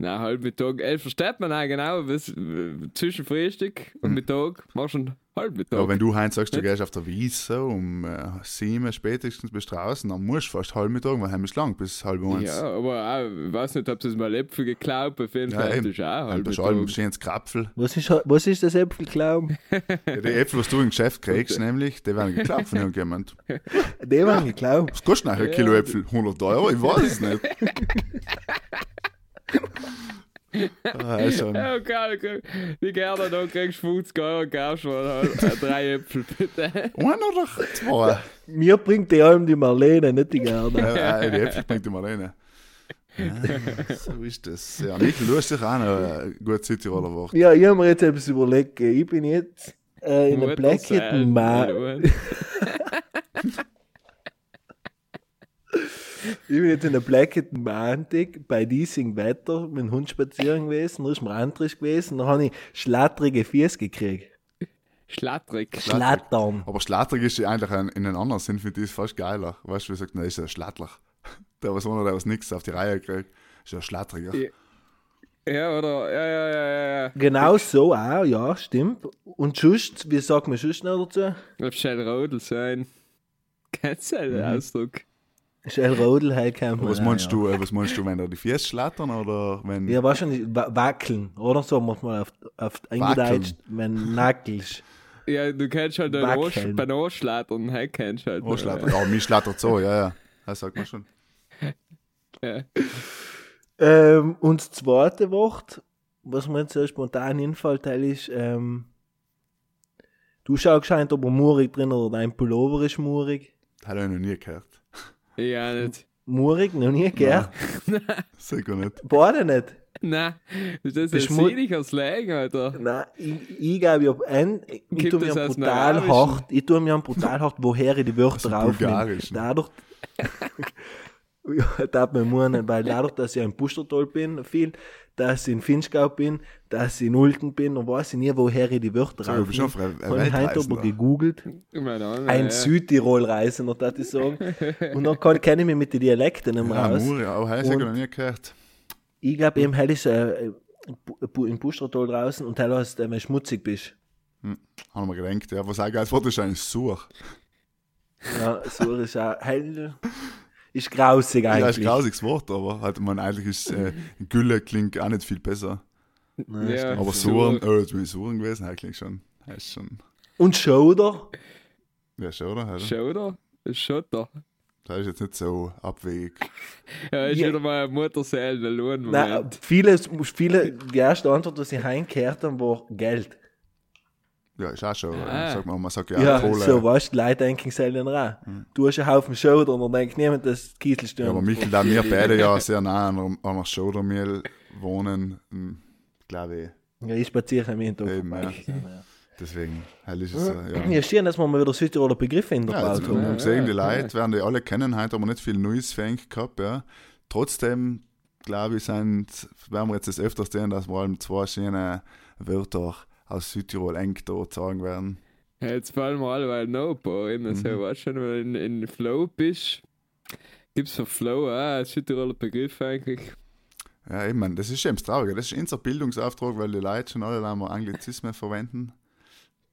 S3: Nein, halbmittag. Äh, versteht man auch genau, was, äh, zwischen Frühstück und Mittag machst du einen halbmittag.
S1: Mhm. Ja, wenn du heim sagst, du gehst auf der Wiese um äh, sieben spätestens bist du draußen, dann musst du fast halb Mittag, weil heim ist lang, bis halb eins.
S3: Ja, aber auch, ich weiß nicht, ob das mal Äpfel geklaut auf jeden
S1: Ja,
S3: Fall
S1: eben.
S3: ist auch
S1: Ein
S3: halb
S1: paar Schalen,
S3: betrunken.
S1: schönes Krapfel.
S2: Was ist, was ist das Äpfelklaum?
S1: Ja, die Äpfel, was du im Geschäft kriegst, nämlich, die werden geklappt von irgendjemand.
S2: Die waren geklaut.
S1: Was kostet nachher ein Kilo Äpfel? 100 Euro? Ich weiß es nicht. Ah, ist schon.
S3: Ja, geil, okay. die Gerda, da kriegst du 50 Euro, kaufst du mal halt, äh, drei Äpfel, bitte.
S1: Ein oder zwei?
S2: Mir bringt die allem die Marlene, nicht die Gerda.
S1: Ja, die Äpfel bringt immer rein. Ja, so ist das. Ja, Michael, du hast dich auch noch ein gutes Südtiroler Wort.
S2: Ja, ich habe mir jetzt etwas überlegt. Ich bin jetzt äh, in einem Blackhead Ma Ich bin jetzt in der Blackhead Mantik bei diesem Wetter mit dem Hund spazieren gewesen, da ist mir antrisch gewesen, dann habe ich schlattrige Füße gekriegt.
S3: Schlattrig.
S1: Schlattrig.
S2: Schlattern.
S1: Aber Schlattrig ist ja eigentlich ein, in einem anderen Sinn, finde ich, ist fast geiler. Weißt du, wie sagt man, das ist ein Schlattler. Der was einer, der was nichts auf die Reihe kriegt, ist ja ein Schlattriger.
S3: Ja. Ja, oder? Ja, ja, ja, ja,
S2: Genau so auch, ja, stimmt. Und schust, wie sagt man schust noch dazu?
S3: ja. Auf Schellrodel sein. Kennst du den
S2: Mhm.
S3: Ausdruck?
S2: Schellrodel halt kein
S1: Aber was meinst du, äh, was meinst du, wenn da die Füße schlattern oder wenn.
S2: Ja, wahrscheinlich wa- wackeln, oder? So muss man auf, auf eingedeutscht, wenn nackelst.
S3: Ja, du kennst halt den
S2: Wackeln.
S3: Ohr- beim Ohrschlattern, hey, kennst du halt.
S1: Oh, schlattert. Ja, mich schlattert so, ja, ja. Das sagt man schon.
S3: Ja.
S2: Ähm, und das zweite Wort, was mir jetzt so spontan einfällt, halt ist, ähm, du schaust scheint, ob er murig drin oder dein Pullover ist murig.
S1: Das habe ich noch nie gehört.
S3: Ja, nicht.
S2: Murig, noch nie gehört.
S1: Sicher nicht.
S2: Beide nicht.
S3: Nein, das ist ein
S2: Bist mu-
S3: sinniger Slang, Alter.
S2: Nein, ich, ich glaube, ich, hab ein, ich
S3: Gibt
S2: tue mir
S3: es aus dem
S2: brutal
S3: Arabischen?
S2: hart, ich tue mir brutal hart, woher ich die
S1: dem
S2: Wörter aufnehme.
S1: Also Bulgarischen.
S2: Dadurch, ja, darf man meinen, weil dadurch, dass ich in Pustertal bin, viel, dass ich in Finchgau bin, dass ich in Ulten bin, und weiß ich nie, woher ich die Wörter
S1: So, du bist
S2: aufnehme.
S1: schon ein
S2: Habe ich heute aber
S1: Weltreisender.
S2: gegoogelt,
S3: Ich meine, auch nicht,
S2: ein
S3: ja.
S2: Südtirol-Reisender, das ich sagen. Und dann kann, kenne ich mich mit den Dialekten nicht mehr
S1: Ja,
S2: aus.
S1: Muri, auch heiß, ich
S2: Und-
S1: noch nie gehört.
S2: Ich glaube, eben, heute ist äh, äh, Bu- Bu- im Pustertal draußen und heute heißt, wenn du schmutzig bist.
S1: Haben wir gedacht, ja. Was auch ein geiles Wort ist, eigentlich Sur.
S2: Ja, Sur ist auch hell. Ist grausig eigentlich.
S1: Ja, ist ein grausiges Wort, aber halt, man, eigentlich ist äh, Gülle klingt auch nicht viel besser.
S2: Nein,
S3: Ja.
S2: stimmt.
S1: Aber
S3: Sur.
S1: Suren, äh, jetzt bin ich Suren gewesen, eigentlich schon. Ja, Ist schon.
S2: Und Shoulder?
S1: Ja, schon, oder? Also,
S3: Schauder? Schotter.
S1: Das ist jetzt nicht so abwegig.
S3: Ja, ist
S2: Ja.
S3: wieder mal eine Mutterseele, der
S2: Nein,
S3: Lohnmoment.
S2: viele, viele, die erste Antwort, was ich heimgekehrt habe, war Geld.
S1: Ja, ist auch schon.
S3: Ah.
S1: Sag mal, man sagt ja,
S2: Ja,
S1: auch Kohle.
S2: so weißt du, die Leute denken selten rein. Du hast einen Haufen Shoulder und dann denkt niemand, dass die Kiesel
S1: Ja, aber
S2: stürmt.
S1: Michael, da wir beide ja sehr nah an einer- an einer Schaudermehl wohnen, hm, glaube
S2: Ja, ich spaziere im
S1: ich.
S2: Hintergrund.
S1: Eben, ja. Deswegen, hell ist es, äh, ja.
S2: Ja, schön, dass wir mal wieder Südtiroler Begriffe in der
S1: Ja,
S2: Braut
S1: jetzt,
S2: haben.
S1: wir sehen die
S3: ja.
S1: Leute, werden die alle kennen, heute haben wir nicht viel Neues fängt gehabt, ja. Trotzdem, glaube ich, sind, werden wir jetzt das öfters sehen, dass wir allem zwei schöne Wörter aus Südtirol eng dort sagen werden.
S3: Ja, Jetzt fallen wir alle bei Nopo in. Also,
S2: Mhm.
S3: weißt du, wenn du in, in Flow bist, gibt's für Flow ah, auch einen Südtiroler Begriff eigentlich.
S1: Ja, eben, man, das ist eben das Traurige. Das ist unser Bildungsauftrag, weil die Leute schon alle einmal Anglizismen verwenden.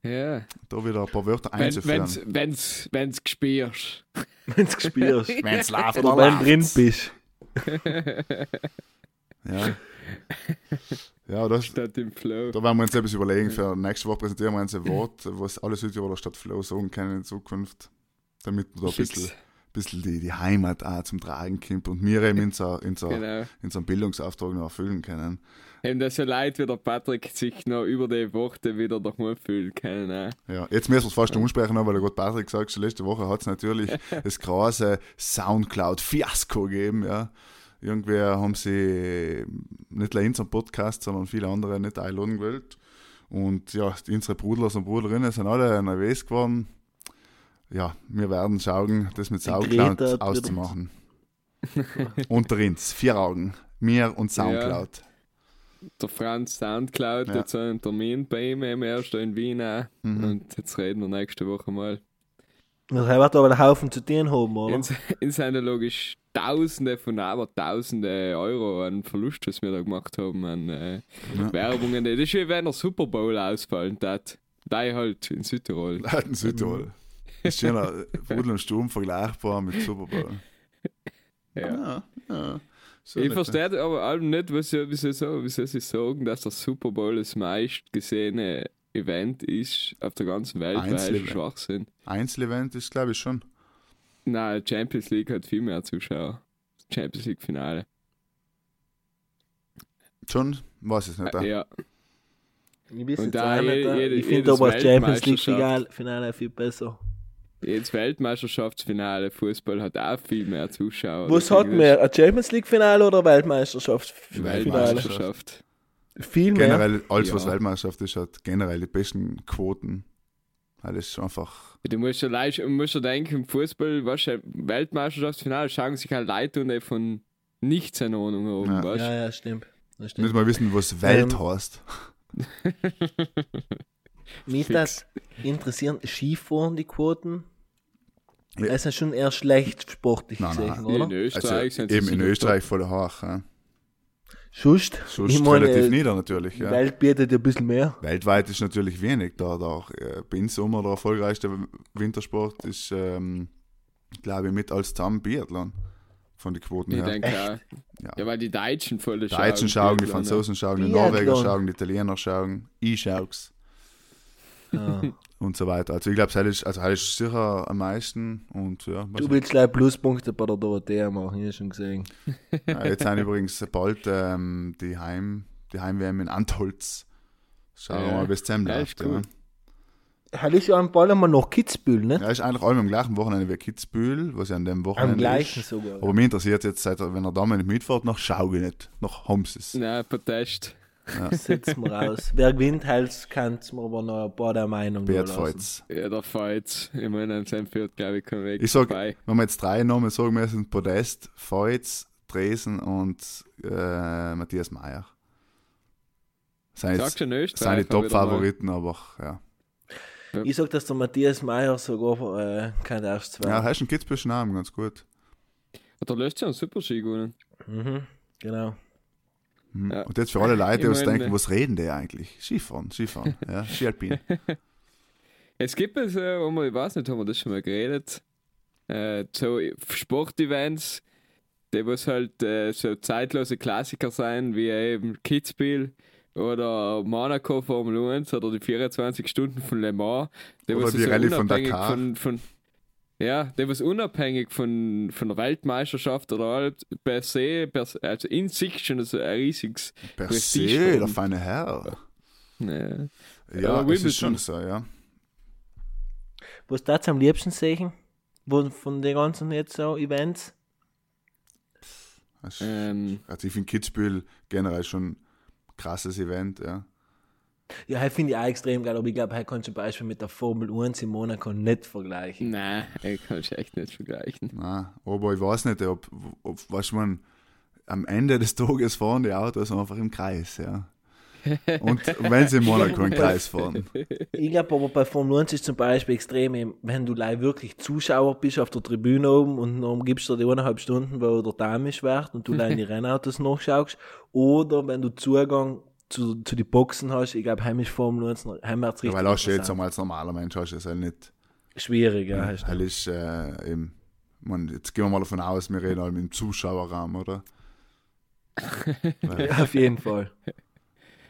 S3: Ja.
S1: Da wieder ein paar Wörter
S3: Wenn,
S1: einzuführen.
S3: wenn's, wenn's, wenn's gespürst.
S2: Wenn du spürst.
S1: Wenn es läuft,
S2: Oder
S1: dann
S2: wenn du
S1: läuft's.
S2: drin bist.
S1: Ja. Ja, das, da
S3: Statt im Flow.
S1: werden wir uns etwas überlegen. Für nächste Woche präsentieren wir uns ein Wort, was alle Südtiroler statt Flow sagen können in Zukunft, damit wir da ein
S3: Fix.
S1: bisschen, bisschen die, die Heimat auch zum Tragen kommt und wir eben unser, unser,
S3: Genau.
S1: unseren Bildungsauftrag noch erfüllen können.
S3: Eben, dass so leid wie der Patrick sich noch über die Worte wieder daheim fühlen kann. Ne?
S1: Ja, jetzt müssen wir es fast umsprechen, weil der Gott Patrick gesagt hat, letzte Woche hat es natürlich das große Soundcloud-Fiasko gegeben. Ja. Irgendwie haben sie nicht nur unseren Podcast, sondern viele andere nicht einladen gewählt. Und ja, unsere Brudlers und Bruderinnen sind alle nervös geworden. Ja, wir werden schauen, das mit
S2: Die Greta
S1: Soundcloud
S2: hat wieder-
S1: auszumachen. Unter uns, vier Augen. Mir und Soundcloud.
S3: Der Franz Soundcloud
S1: Ja. Mhm.
S3: hat so einen Termin bei ihm im ersten in Wien auch. Und jetzt reden wir nächste Woche mal.
S2: Das wird aber einen Haufen zu tun haben, oder?
S3: In, in seiner logisch Tausende von aber Tausende Euro an Verlust, was wir da gemacht haben, an äh,
S1: Ja.
S3: Werbungen. Das ist wie wenn der Super Bowl ausfallen hat. Da halt in Südtirol.
S1: Leuten
S3: Mhm.
S1: Südtirol. Ist schöner Brudel und Sturm vergleichbar mit Super Bowl.
S3: Ja.
S1: Ja, ja. So
S3: Ich
S1: nicht, ne?
S3: verstehe aber allem nicht, was sie, wieso, so, wieso sie sagen, dass der Super Bowl das meistgesehene Event ist auf der ganzen Welt, weil es
S1: Einzelevent.
S3: Schwachsinn.
S1: ne? Einzelevent ist, glaube ich, schon.
S3: Nein, Champions League hat viel mehr Zuschauer. Champions League Finale.
S1: Schon, weiß ich nicht.
S3: Ja.
S1: Ja.
S2: Ich weiß
S3: Und
S2: jetzt
S3: da
S2: auch nicht,
S3: jede-
S2: äh,
S3: jede-
S2: Ich finde
S3: jedes
S2: aber das Champions League Finale
S3: Weltmeisterschaft.
S2: Finale viel besser.
S3: Jetzt Weltmeisterschaftsfinale, Fußball hat auch viel mehr Zuschauer.
S2: Was
S3: Deswegen
S2: hat mehr, ein Champions League Finale oder Weltmeisterschaftsfinale?
S1: Weltmeisterschaft.
S3: Weltmeisterschaft?
S2: Viel mehr.
S1: Generell, alles, was
S3: Ja.
S1: Weltmeisterschaft ist, hat generell die besten Quoten. Weil es einfach.
S3: Du musst ja, leicht, du musst ja denken, im Fußball, weißt du, Weltmeisterschaftsfinale schauen sich halt Leute und die von nichts eine Ahnung haben,
S1: Ja.
S3: weißt du?
S2: Ja, ja, stimmt. Das
S1: Nicht
S2: stimmt.
S1: mal wissen, was Welt
S2: Ähm,
S1: heißt.
S2: Mich das interessieren Skifahren die Quoten.
S1: Ja.
S2: Es ist schon eher schlecht sportlich
S1: Nein, nein,
S2: gesehen,
S1: nein.
S2: oder?
S3: In Österreich
S1: Also,
S3: sind sie
S1: eben in
S3: super.
S1: Österreich voll hoch. Ja.
S2: Schust,
S1: Sonst
S2: ich meine,
S1: relativ
S2: die
S1: nieder natürlich. Ja.
S2: Welt bietet ein bisschen mehr.
S1: Weltweit ist natürlich wenig da. da auch äh, bin Sommer der erfolgreichste Wintersport ist, ähm, glaube ich, mit als zusammen Biathlon. Von den Quoten
S3: Ich
S1: her.
S3: denke auch.
S1: Ja.
S3: Ja. weil die Deutschen voll
S1: Die Deutschen schauen, die Franzosen schauen, die Norweger
S2: Biathlon.
S1: schauen, die Italiener schauen, ich schau's
S2: Ah.
S1: und so weiter. Also ich glaube, es ist, also heute ist sicher am meisten und ja, was
S2: Du willst gleich Pluspunkte bei der Dorothea machen, ich hab schon gesehen.
S1: ja jetzt sind übrigens bald ähm, die Heim, die Heim-WM in Antholz. Schauen wir
S3: Ja.
S1: mal, wie es zusammen
S3: Ja,
S1: läuft.
S3: ist cool.
S2: Heute ist ja am Ball einmal noch Kitzbühel, ne?
S1: Ja. ja, ist eigentlich allem am gleichen Wochenende wie Kitzbühel, was ja an dem Wochenende
S2: Am gleichen
S1: ist.
S2: sogar.
S1: Aber mich interessiert jetzt, seit, er- wenn er da mal nicht mitfährt, nach Schauge nicht, nach Homses.
S3: Nein, Protest.
S2: Setzen wir raus. Wer gewinnt, halt, kann's mir aber noch ein paar der Meinung
S1: Bert
S2: überlassen.
S1: Feutz.
S3: Ja, der Feuz. Ich meine, an seinem Feld, glaube ich, kein Weg.
S1: Ich sag,
S3: vorbei.
S1: wenn wir jetzt drei Namen sagen müssen, Podest, Feuz, Dresen und äh, Matthias Mayer. Sind,
S3: Sag
S1: jetzt,
S3: schon Österreich.
S1: sind die
S3: hab ich da mal.
S1: Top-Favoriten, aber ja.
S2: Ich sag, dass der Matthias Mayer sogar äh, kein Erst
S1: Ja,
S2: zwei.
S1: hast einen Kitzbühel Namen, ganz gut.
S3: Hat der letzte einen Superski gewonnen?
S2: Mhm, genau.
S1: Hm.
S3: Ja.
S1: Und jetzt für alle Leute, die
S3: Ich
S1: uns
S3: meine-
S1: denken, was reden die eigentlich? Skifahren, Skifahren, ja, Skialpin.
S3: Es gibt es, äh, wo wir, ich weiß nicht, haben wir das schon mal geredet, äh, so Sportevents, die was halt äh, so zeitlose Klassiker sein, wie eben Kitzbühel oder Monaco Formel 1 oder die 24 Stunden von Le Mans. Die,
S1: Oder
S3: was
S1: die Rallye von
S3: unabhängig
S1: Dakar.
S3: Von, von, ja, die was unabhängig von, von der Weltmeisterschaft oder halt per se, per, se- also in sich schon so ein riesiges.
S1: Per
S3: Prestige
S1: se, der
S3: und-
S1: feine Herr.
S3: Äh,
S1: Ja,
S3: Aber
S1: es ist schon
S3: Wimbledon.
S1: so, ja.
S2: Was darfst du am liebsten sehen? Wo, von den ganzen jetzt so Events?
S1: Es-
S3: ähm,
S1: Also ich finde Kitzbühel generell schon ein krasses Event, ja.
S2: Ja, ich finde ich auch extrem geil, aber ich glaube, ich kann zum Beispiel mit der Formel 1 in Monaco nicht vergleichen.
S3: nein, ne, ich kann es echt nicht vergleichen.
S1: Nein, aber ich weiß nicht, ob, ob was man am Ende des Tages fahren die Autos einfach im Kreis, ja. Und wenn sie in Monaco im Kreis fahren.
S2: Ich glaube aber bei Formel 1 ist zum Beispiel extrem, eben, wenn du leih wirklich Zuschauer bist auf der Tribüne oben und dann gibst du dir die eineinhalb Stunden, wo der Damisch wird und du leih in die Rennautos nachschaust. Oder wenn du Zugang zu, zu den Boxen hast, ich glaube, heimisch Formel 1, heimwärts
S1: Ja,
S2: richtig.
S1: weil auch jetzt
S2: interessant.
S1: einmal als normaler Mensch hast, du es halt nicht.
S2: Schwierig, ja. hast du.
S1: Halt ist äh, eben, man, jetzt gehen wir mal davon aus, wir reden halt mit dem Zuschauerraum, oder? Weil-
S2: Auf jeden Fall.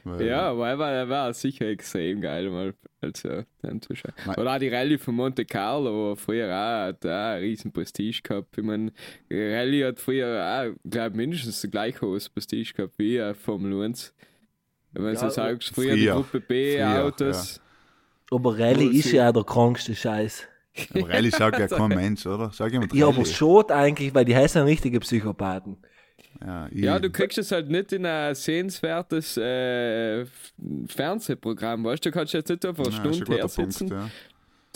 S1: weil-
S3: Ja, weil war, war sicher extrem geil, mal also dann zu schauen.
S1: Nein.
S3: Oder auch die Rallye von Monte Carlo, wo früher auch, hat auch einen riesen Prestige gehabt. Ich meine, Rallye hat früher auch, glaube mindestens so gleich hohes Prestige gehabt wie äh, Formel 1. Wenn
S2: Ja,
S3: du sagst, früher die
S1: früher.
S3: Gruppe B
S1: Früher,
S3: Autos.
S2: Aber Rallye
S3: Wohl
S2: ist
S3: sie-
S2: ja auch der krankste Scheiß.
S1: Aber Rallye schaut ja kein Mensch, oder? Schau jemand
S2: Ja, aber
S1: Rallye.
S2: schon eigentlich, weil die heißen richtige Psychopathen.
S1: Ja, ich,
S3: Ja. du kriegst es halt nicht in ein sehenswertes äh, F- Fernsehprogramm, weißt du? Du kannst jetzt nicht einfach eine
S1: Ja, ist ein
S3: Stunde
S1: guter
S3: her
S1: Punkt,
S3: sitzen.
S1: ja.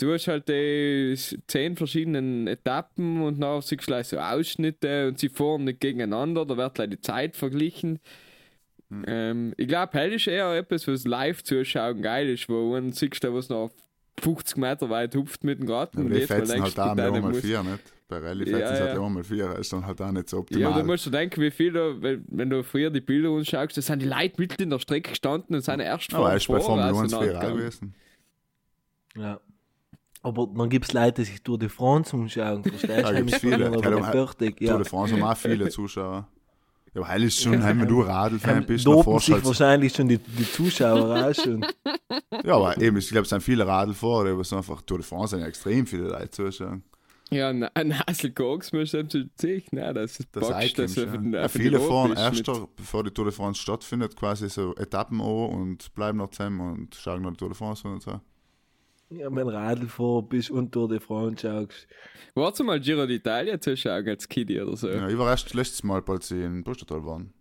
S3: Du hast halt die s- zehn verschiedenen Etappen und nachher siehst du vielleicht so Ausschnitte und sie fahren nicht gegeneinander, da wird gleich die Zeit verglichen.
S1: Hm.
S3: Ähm, ich glaube, hell ist eher etwas, was live zuschauen geil ist, wo man siehst, du, was noch 50 Meter weit hupft mit dem Garten
S1: Ja, aber die fetzen
S3: denkst
S1: halt auch nur
S3: du, deine
S1: mal
S3: muss-
S1: vier, nicht? Bei Rallye
S3: Ja,
S1: fetzen sie halt
S3: ja.
S1: nur mal vier, ist dann halt auch nicht so optimal.
S3: Ja, aber du musst dir denken, wie viel da, wenn, wenn du früher die Bilder anschaust, da sind die Leute mitten in der Strecke gestanden und sind erst
S1: aber er ist bei
S3: vorn
S1: Formel 1 früher auch
S3: auseinandergegangen.
S1: gewesen.
S2: Ja. Aber dann gibt es Leute, die sich Tour de France umschauen. Verstehst
S1: Ja,
S2: du?
S1: gibt's viele. um
S2: Heimisch
S1: Keine
S2: Formel
S1: Ahnung,
S2: 40,
S1: Tour
S2: ja.
S1: de France haben auch viele Zuschauer. Ja, aber heil ist schon, wenn du Radlfan bist, dann
S2: Dopen
S1: fährst
S2: sich
S1: du halt.
S2: wahrscheinlich schon die, die Zuschauer auch schon.
S1: Ja, aber eben, ich glaube, es sind viele Radl vor, aber es sind einfach Tour de France sind ja extrem viele Leute zuschauen.
S3: Ja, na- ein Hassel Koks musst du natürlich, nein, das ist
S1: Das
S3: Box,
S1: Icon,
S3: das auf den-
S1: ja. ja,
S3: auf den
S1: Viele
S3: Rot
S1: fahren
S3: ist
S1: erst,
S3: mit-
S1: da, bevor die Tour de France stattfindet, quasi so Etappen an und bleiben noch zusammen und schauen noch die Tour de France an und so.
S2: Ja, wenn Radl vor bist und Tour de France schaust.
S3: Warte mal, Giro d'Italia zu schauen als Kiddie oder so.
S1: Ja, ich war erst letztes Mal, als sie in Brüstertal waren.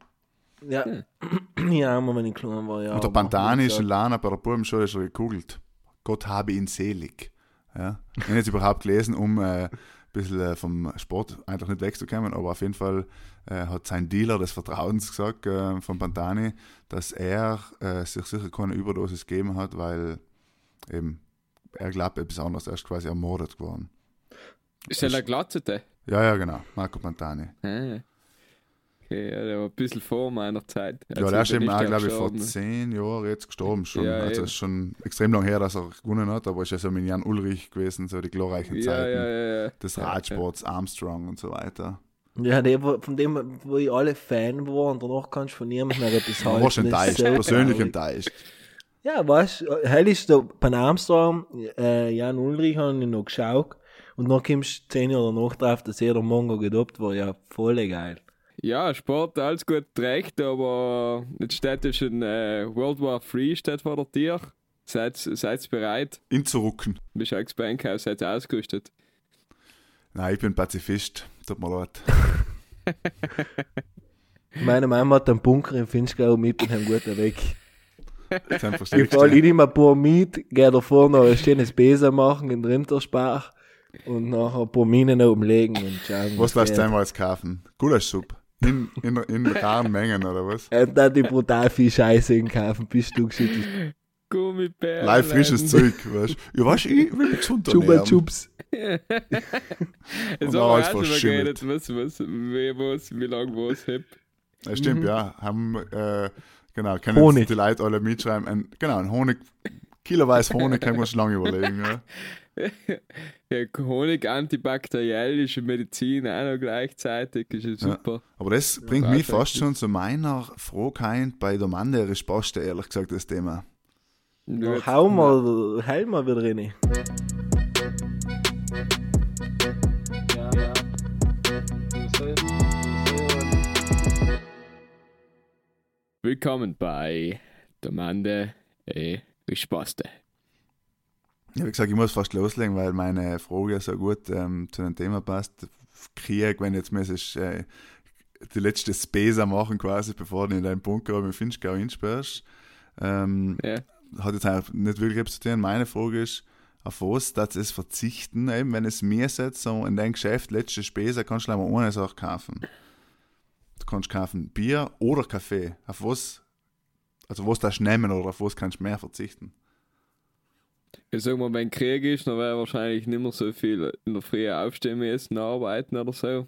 S2: Ja. Ja, immer wenn ich klein war, ja.
S1: Und der
S2: aber-
S1: Pantani ist in Lana bei der Bubenschule schon gekugelt. Gott habe ihn selig. Ja. Ich habe jetzt überhaupt gelesen, um äh, ein bisschen äh, vom Sport einfach nicht wegzukommen, aber auf jeden Fall äh, hat sein Dealer des Vertrauens gesagt, äh, von Pantani, dass er äh, sich sicher keine Überdosis gegeben hat, weil eben er glaubt, etwas anderes er ist quasi ermordet geworden.
S3: Ist er ein Glatzete?
S1: Ja, ja, genau. Marco Pantani.
S3: Ah. Okay, ja, der war ein bisschen vor meiner Zeit.
S1: Ja,
S3: Also
S1: der ist
S3: bin
S1: eben auch,
S3: da
S1: glaube ich, vor
S3: gestorben.
S1: zehn Jahren jetzt gestorben schon.
S3: Ja,
S1: also
S3: eben.
S1: ist schon extrem lang her, dass er gewonnen hat, aber ist ja so mit Jan Ulrich gewesen, so die glorreichen
S3: Ja,
S1: Zeiten
S3: ja, ja, ja.
S1: des
S3: Ja,
S1: Radsports, Armstrong und so weiter.
S2: Ja, der, wo- von dem, wo ich alle Fan war und danach kannst du von niemandem mehr etwas
S1: Man
S2: halten.
S1: war schon
S2: Das
S1: enttäuscht,
S2: ist so
S1: persönlich
S2: traurig.
S1: enttäuscht.
S2: Ja, weißt du, hell ist der bei Armstrong, äh, Jan Ulrich haben ihn noch geschaut und dann kommst du zehn Jahre danach drauf, dass er der Mongo gedopt war. Ja, voll geil.
S3: Ja, Sport, alles gut recht, aber jetzt steht ja schon äh, World War 3 steht vor der Tür. Seid, seid bereit?
S1: Ihn zu rucken.
S3: Bist du auch beim Einkauf, seid ihr ausgerüstet?
S1: Nein, ich bin Pazifist, tut mir leid.
S2: Meine Mama hat einen Bunker in Finchgau mit und haben guten Weg.
S1: Jetzt einfach
S2: Ich
S1: schlecht.
S2: fahre ich nehme ein paar mit, gehe da vorne noch ein schönes Besen machen in Rinderspach und nachher ein paar Minen oben legen und schauen.
S1: Was lässt du
S2: geht.
S1: einmal kaufen? Gulaschsuppe. In, in, in raren Mengen, oder was?
S2: Und dann die brutal viel Scheiße in Kaufen, bist du geschüttelt.
S3: Gummibär.
S1: Live frisches Zeug, weißt du? Ja, weißt du, ich will mich gesund
S2: Chupa
S1: ernähren.
S2: Chups.
S3: Jetzt
S1: Und
S3: haben wir
S1: alles
S3: auch schon mal
S1: verschimmelt.
S3: geredet, was, was, wer was, wie lang was hab.
S1: Ja, stimmt, ja. Haben, äh, genau, können
S2: Honig.
S1: jetzt die Leute alle mitschreiben. Ein, genau, ein Honig, Kiloweiß Honig kann man schon lange überlegen. Ja.
S3: Ja, Honig, antibakteriellische Medizin auch noch gleichzeitig, ist ja
S1: Ja.
S3: super.
S1: Aber das bringt mich
S3: perfekt.
S1: fast schon zu meiner Frage ein, bei der Mann, der ist passt, ehrlich gesagt, das Thema.
S3: Ja.
S2: Da hau mal, heil mal wieder rein.
S4: Ja, ja. Das soll- das
S3: Willkommen bei Domande e Risposte.
S1: Ja, wie gesagt, ich muss fast loslegen, weil meine Frage ja so gut ähm, zu dem Thema passt. Krieg, wenn jetzt müsstest, äh, die letzte Spesa machen quasi, bevor du in deinen Bunker mit Finchgau hinsperrst. Ähm,
S3: Ja.
S1: Hat jetzt einfach nicht wirklich etwas zu tun. Meine Frage ist, auf was das es verzichten, eben, wenn es mir setzt, so in dein Geschäft, letzte Spesa, kannst du einmal ohne Sache kaufen. Du kannst kaufen Bier oder Kaffee. Auf was, also was darfst du nehmen oder auf was kannst du mehr verzichten?
S3: Ich sag mal, wenn Krieg ist, dann wäre wahrscheinlich nicht mehr so viel in der Früh aufstehen müssen, arbeiten oder so.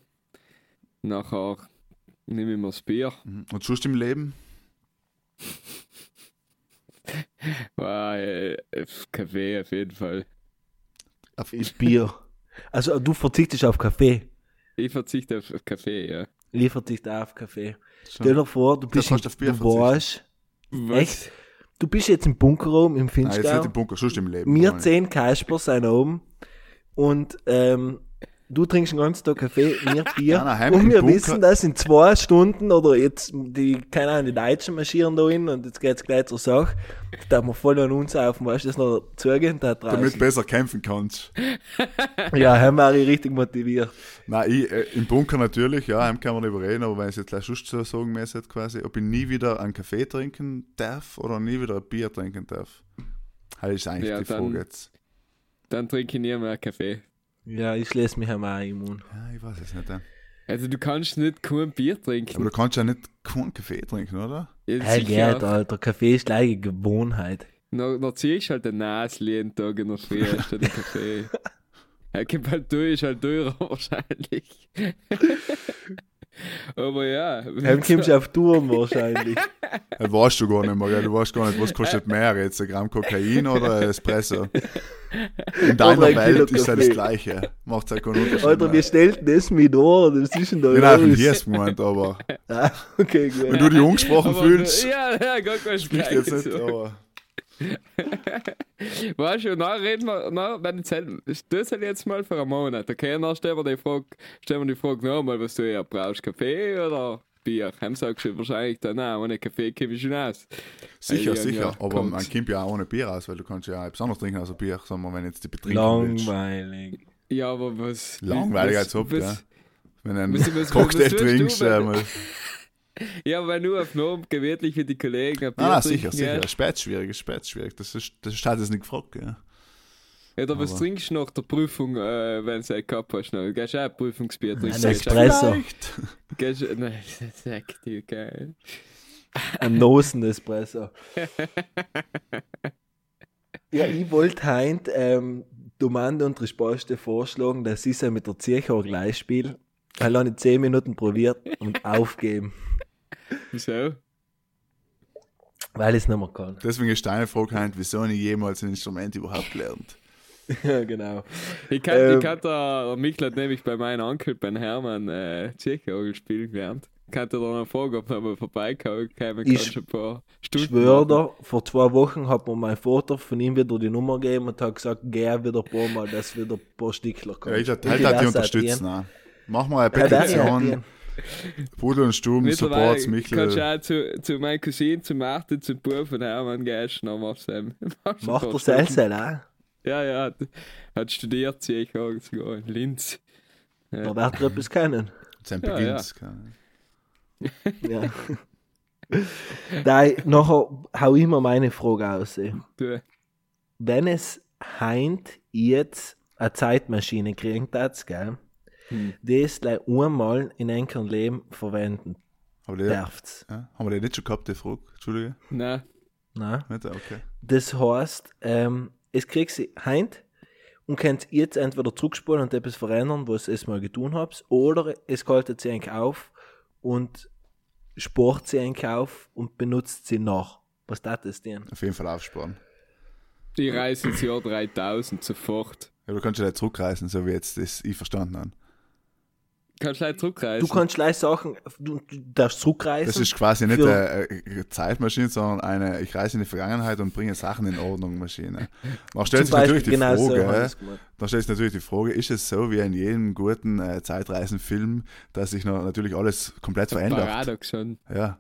S3: Nachher nehme ich mir das Bier.
S1: Mhm. Und sonst im Leben?
S3: Weil, äh, Kaffee auf jeden Fall.
S1: Auf
S2: Bier. Also du verzichtest auf Kaffee.
S3: Ich verzichte auf auf Kaffee, ja.
S2: Ich verzichte auch auf Kaffee.
S1: Schon.
S2: Stell dir vor, du bist,
S1: kannst du auf Bier
S2: du
S1: verzichten.
S2: warst,
S3: Was?
S2: echt, du bist jetzt im Bunkerraum im
S1: Nein, jetzt nicht
S2: Finchgau.
S1: im Bunker, schon im Leben.
S2: Wir
S1: Nein.
S2: zehn Kasper sind oben und ähm, du trinkst den ganzen Tag Kaffee, wir Bier.
S1: Nein, nein, heim
S2: und
S1: im
S2: wir
S1: Bunker.
S2: wissen, dass in zwei Stunden oder jetzt, die, keine Ahnung, die Deutschen marschieren da hin und jetzt geht's gleich zur Sache. Da darf man voll an uns auf, weißt du, das noch zugehen da
S1: Damit du
S2: draußen.
S1: besser kämpfen kannst.
S2: Ja, haben wir auch richtig motiviert.
S1: Nein, ich, äh, im Bunker natürlich, ja, heim kann man darüber reden, aber wenn ich eh es jetzt gleich sonst so sagen müsste, quasi, ob ich nie wieder einen Kaffee trinken darf oder nie wieder ein Bier trinken darf. Das ist eigentlich
S3: Ja,
S1: die
S3: dann-
S1: Frage jetzt.
S3: Dann trinke ich nie mehr Kaffee.
S2: Ja, ich lese mich einmal auch immun.
S1: Ja, ich weiß es nicht. Ja.
S3: Also du kannst nicht kein Bier
S1: Aber
S3: trinken.
S1: du kannst ja nicht keinen Kaffee trinken, oder?
S3: Ja,
S2: Hey,
S3: sicher.
S2: geht, Alter, Kaffee ist gleich eine Gewohnheit.
S3: Na, na ziehst halt den Nasli jeden Tag in der Früh anstatt einen Kaffee. Er gibt halt durch, ist halt teurer wahrscheinlich. Aber ja.
S2: Dann kommst du auf Touren wahrscheinlich.
S1: Das weißt du gar nicht mehr, gell? du weißt gar nicht, was kostet mehr jetzt, ein Gramm Kokain oder ein Espresso. In deiner
S2: Oder ein Kilo
S1: Welt ist ja das
S2: Kaffee.
S1: Gleiche. Macht halt keinen
S3: Genau.
S1: Unterschied.
S2: Alter, wir
S1: mehr.
S2: stellten das mit an, das ist denn da
S1: Ich habe einen
S2: los?
S1: Hirs gemeint, aber
S2: Ah, okay,
S1: Genau, wenn
S2: gut.
S1: du dich angesprochen fühlst,
S3: Ja, ja, gar kein
S1: ich
S3: Sprech.
S1: jetzt nicht,
S3: So.
S2: genau.
S1: aber.
S3: Weißt du, na, reden wir, na, wenn jetzt, das halt jetzt mal für einen Monat, okay? Dann stellen wir die Frage, stellen wir die Frage nochmal, was du ja brauchst, Kaffee oder Bier? Dann sagst du wahrscheinlich dann, nein, ohne Kaffee komme ich schon aus.
S1: Sicher,
S3: Ja, ja,
S1: sicher. aber
S3: kommt.
S1: man kommt ja auch ohne Bier aus, weil du kannst ja auch etwas anderes trinken als ein Bier, sagen wir, wenn jetzt die betrinken willst.
S2: Langweilig.
S3: Ja, aber was.
S1: Langweilig
S3: was-
S1: als ob,
S3: was-
S1: ja. Wenn du einen
S3: Was- was-
S1: Cocktail
S3: was tust du,
S1: trinkst,
S3: wenn-
S1: äh, mal.
S3: Ja, weil nur auf Nom gewöhnlich wie die Kollegen. ein Bier
S1: Ah,
S3: trinken
S1: sicher, sicher.
S3: gehst.
S1: Spät schwierig, ist spät schwierig. Das ist, das ist halt jetzt nicht gefragt, ja.
S3: Oder was
S1: Aber-
S3: trinkst du nach der Prüfung, äh, wenn du ein gehabt hast? Dann gehst du auch ein Prüfungsbier trinken.
S2: Ein Espresso.
S1: Vielleicht.
S3: Gehst, gehst, nein, das ist echt die geil.
S2: Ein Nosen-Espresso. ja, ich wollte heint ähm, Domande und Resposte vorschlagen, dass ich es mit der Zirchau gleich spiele. Weil habe ich 10 Minuten probiert und aufgeben,
S3: Wieso?
S2: weil ich es nicht mehr kann.
S1: Deswegen ist deine Frage halt, wieso ich jemals ein Instrument überhaupt gelernt?
S2: ja, genau.
S3: Ich kann,
S2: Ähm.
S3: ich kann da, der Mikl hat nämlich bei meinem Onkel, beim Hermann, äh, Zirchorgel spielen gelernt. Ich kann dir da noch fragen, ob er mal vorbeikommen kann,
S2: Ich
S3: schon ein paar
S2: Ich
S3: Stunden.
S2: schwöre dir, vor zwei Wochen hat mir mein Vater von ihm wieder die Nummer gegeben und hat gesagt, geh wieder ein paar Mal, dass wieder ein paar Stickler kommen.
S1: Ja, ich halt,
S2: Und
S1: halt, halt die
S2: lasse
S1: unterstützen.
S2: ihn.
S1: auch. Mach mal eine
S2: Ja, der hat ihn, hat
S1: Petition.
S2: ihn.
S1: Pudel und Stuben,
S3: Mittlerweile
S1: Supports,
S3: kannst du
S1: Michel.
S3: auch zu, zu meinem Cousin, zum Martin, zum Bub von Hermann gehst, dann machst du ihm. machst du ein
S2: Macht
S3: paar
S2: er ne?
S3: Stunden.
S2: Selzell auch?
S3: Ja, ja, hat, hat studiert, sehe ich auch sogar in Linz.
S2: Da wird er etwas kennen.
S1: Sein
S3: Ja,
S1: Begins. keine
S2: Ja. Nein, nachher hau ich mir meine Frage aus. ey.
S3: Du,
S2: Wenn es heint jetzt eine Zeitmaschine kriegen tats, gell?
S3: Hm.
S2: Die es gleich einmal in einem Leben verwenden
S1: Aber die, ja.
S2: darfst.
S1: Haben wir die nicht schon gehabt, die Frage? Entschuldige.
S3: nein,
S2: Na?
S1: Nicht? Okay.
S2: ne? Das heißt, ähm, es kriegst sie heint und könnt jetzt entweder zurückspulen und etwas verändern, was es mal getan habt, oder es kaltet sie eigentlich auf und spart sie einen Kauf und benutzt sie nach. Was tat das denn?
S1: Auf jeden Fall aufsparen.
S3: Die reise ins Jahr 3000 sofort.
S1: Ja, du kannst ja nicht zurückreisen, so wie jetzt das ich verstanden habe.
S3: Kannst gleich zurückreisen.
S2: Du kannst gleich Sachen, du, du darfst zurückreisen.
S1: Das ist quasi nicht
S2: Für-
S1: eine äh, Zeitmaschine, sondern eine Ich reise in die Vergangenheit und bringe Sachen in Ordnung Maschine. Man stellt sich
S2: Zum
S1: natürlich die
S2: Beispiel, genau so
S1: Frage,
S2: haben wir es gemacht.
S1: Dann stellt sich natürlich die Frage, ist es so wie in jedem guten äh, Zeitreisenfilm, dass sich noch, natürlich alles komplett verändert?
S3: Paradoxon.
S1: Ja.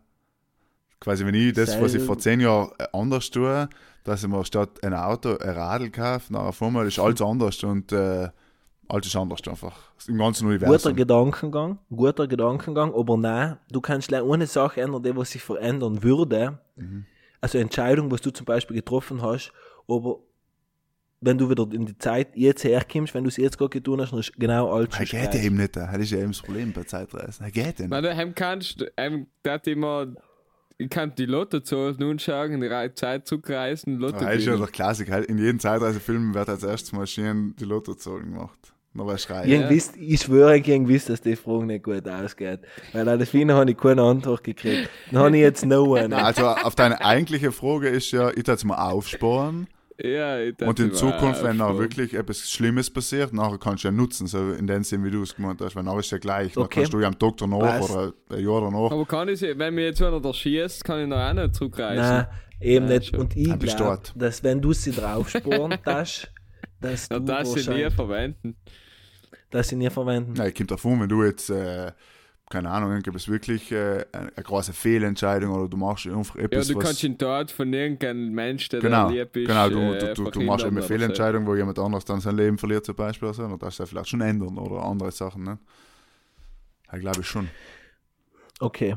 S1: Quasi, wenn ich das, was ich vor zehn Jahren äh, anders tue, dass ich mir statt ein Auto ein Radl kaufe, nachher auf einmal ist alles anders und äh, alles ist anders einfach. Im ganzen
S2: Guter
S1: Universum.
S2: Gedankengang, guter Gedankengang, aber nein, du kannst gleich eine Sache ändern, die was sich verändern würde.
S1: Mhm.
S2: Also Entscheidung, was du zum Beispiel getroffen hast, aber wenn du wieder in die Zeit jetzt herkommst, wenn du es jetzt gerade getan hast, dann ist genau alt.
S1: Er geht ja eben nicht. äh. Das ist ja eben das Problem bei Zeitreisen. Er geht ja nicht.
S3: Weil du heim kannst, heim dat immer, ich kann die Lotto zu nun schauen, die Rei- Zeit zurückreisen, Lotto
S1: Aber Das Ah, ist ja
S3: gewinnen.
S1: der Klassiker. In jedem Zeitreisefilm wird als erstes Maschinen die Lottozogen gemacht. Noch was schreien.
S2: Irgendwie, ist- ich schwöre, irgendwie, ist, dass die Frage nicht gut ausgeht. Weil an der Fine habe ich keine Antwort gekriegt. Dann habe ich jetzt no
S1: Na,
S2: eine.
S1: Also auf deine eigentliche Frage ist ja, ich darf mal aufsparen
S3: Ja, ich dachte
S1: und in
S3: mir,
S1: Zukunft,
S3: ah,
S1: wenn
S3: schon.
S1: noch wirklich etwas Schlimmes passiert, nachher kannst du ja nutzen, so in dem Sinn, wie du es gemeint hast, weil nachher ist ja gleich, dann
S2: Okay.
S1: kannst du ja am Tag danach
S2: Passt.
S1: oder ein Jahr danach,
S3: Aber kann ich, sie- wenn mir jetzt einer da schießt, kann ich noch auch nicht zurückreisen.
S2: Nein, eben
S3: Nein,
S2: nicht.
S3: ne? schon.
S2: Und ich
S1: Dann bist du
S2: glaube,
S1: dort.
S2: dass wenn du sie draufsparen darfst, dass du
S3: Ja, das sie nie
S2: wahrscheinlich-
S3: verwenden.
S2: dass sie nie verwenden.
S1: na, ich kommt davon, wenn du jetzt, äh, keine Ahnung, gibt es wirklich äh, eine, eine große Fehlentscheidung oder du machst einfach
S3: Ja,
S1: etwas,
S3: du
S1: was...
S3: kannst ihn dort von irgendeinem Menschen, der
S1: Genau,
S3: dir lieb ist,
S1: genau, du,
S3: äh,
S1: du, du, du
S3: verhindern
S1: machst eben eine
S3: oder so.
S1: Fehlentscheidung, wo jemand anderes dann sein Leben verliert zum Beispiel, oder so, dann darfst du ja vielleicht schon ändern oder andere Sachen, ne? Ja, glaube ich schon.
S2: Okay.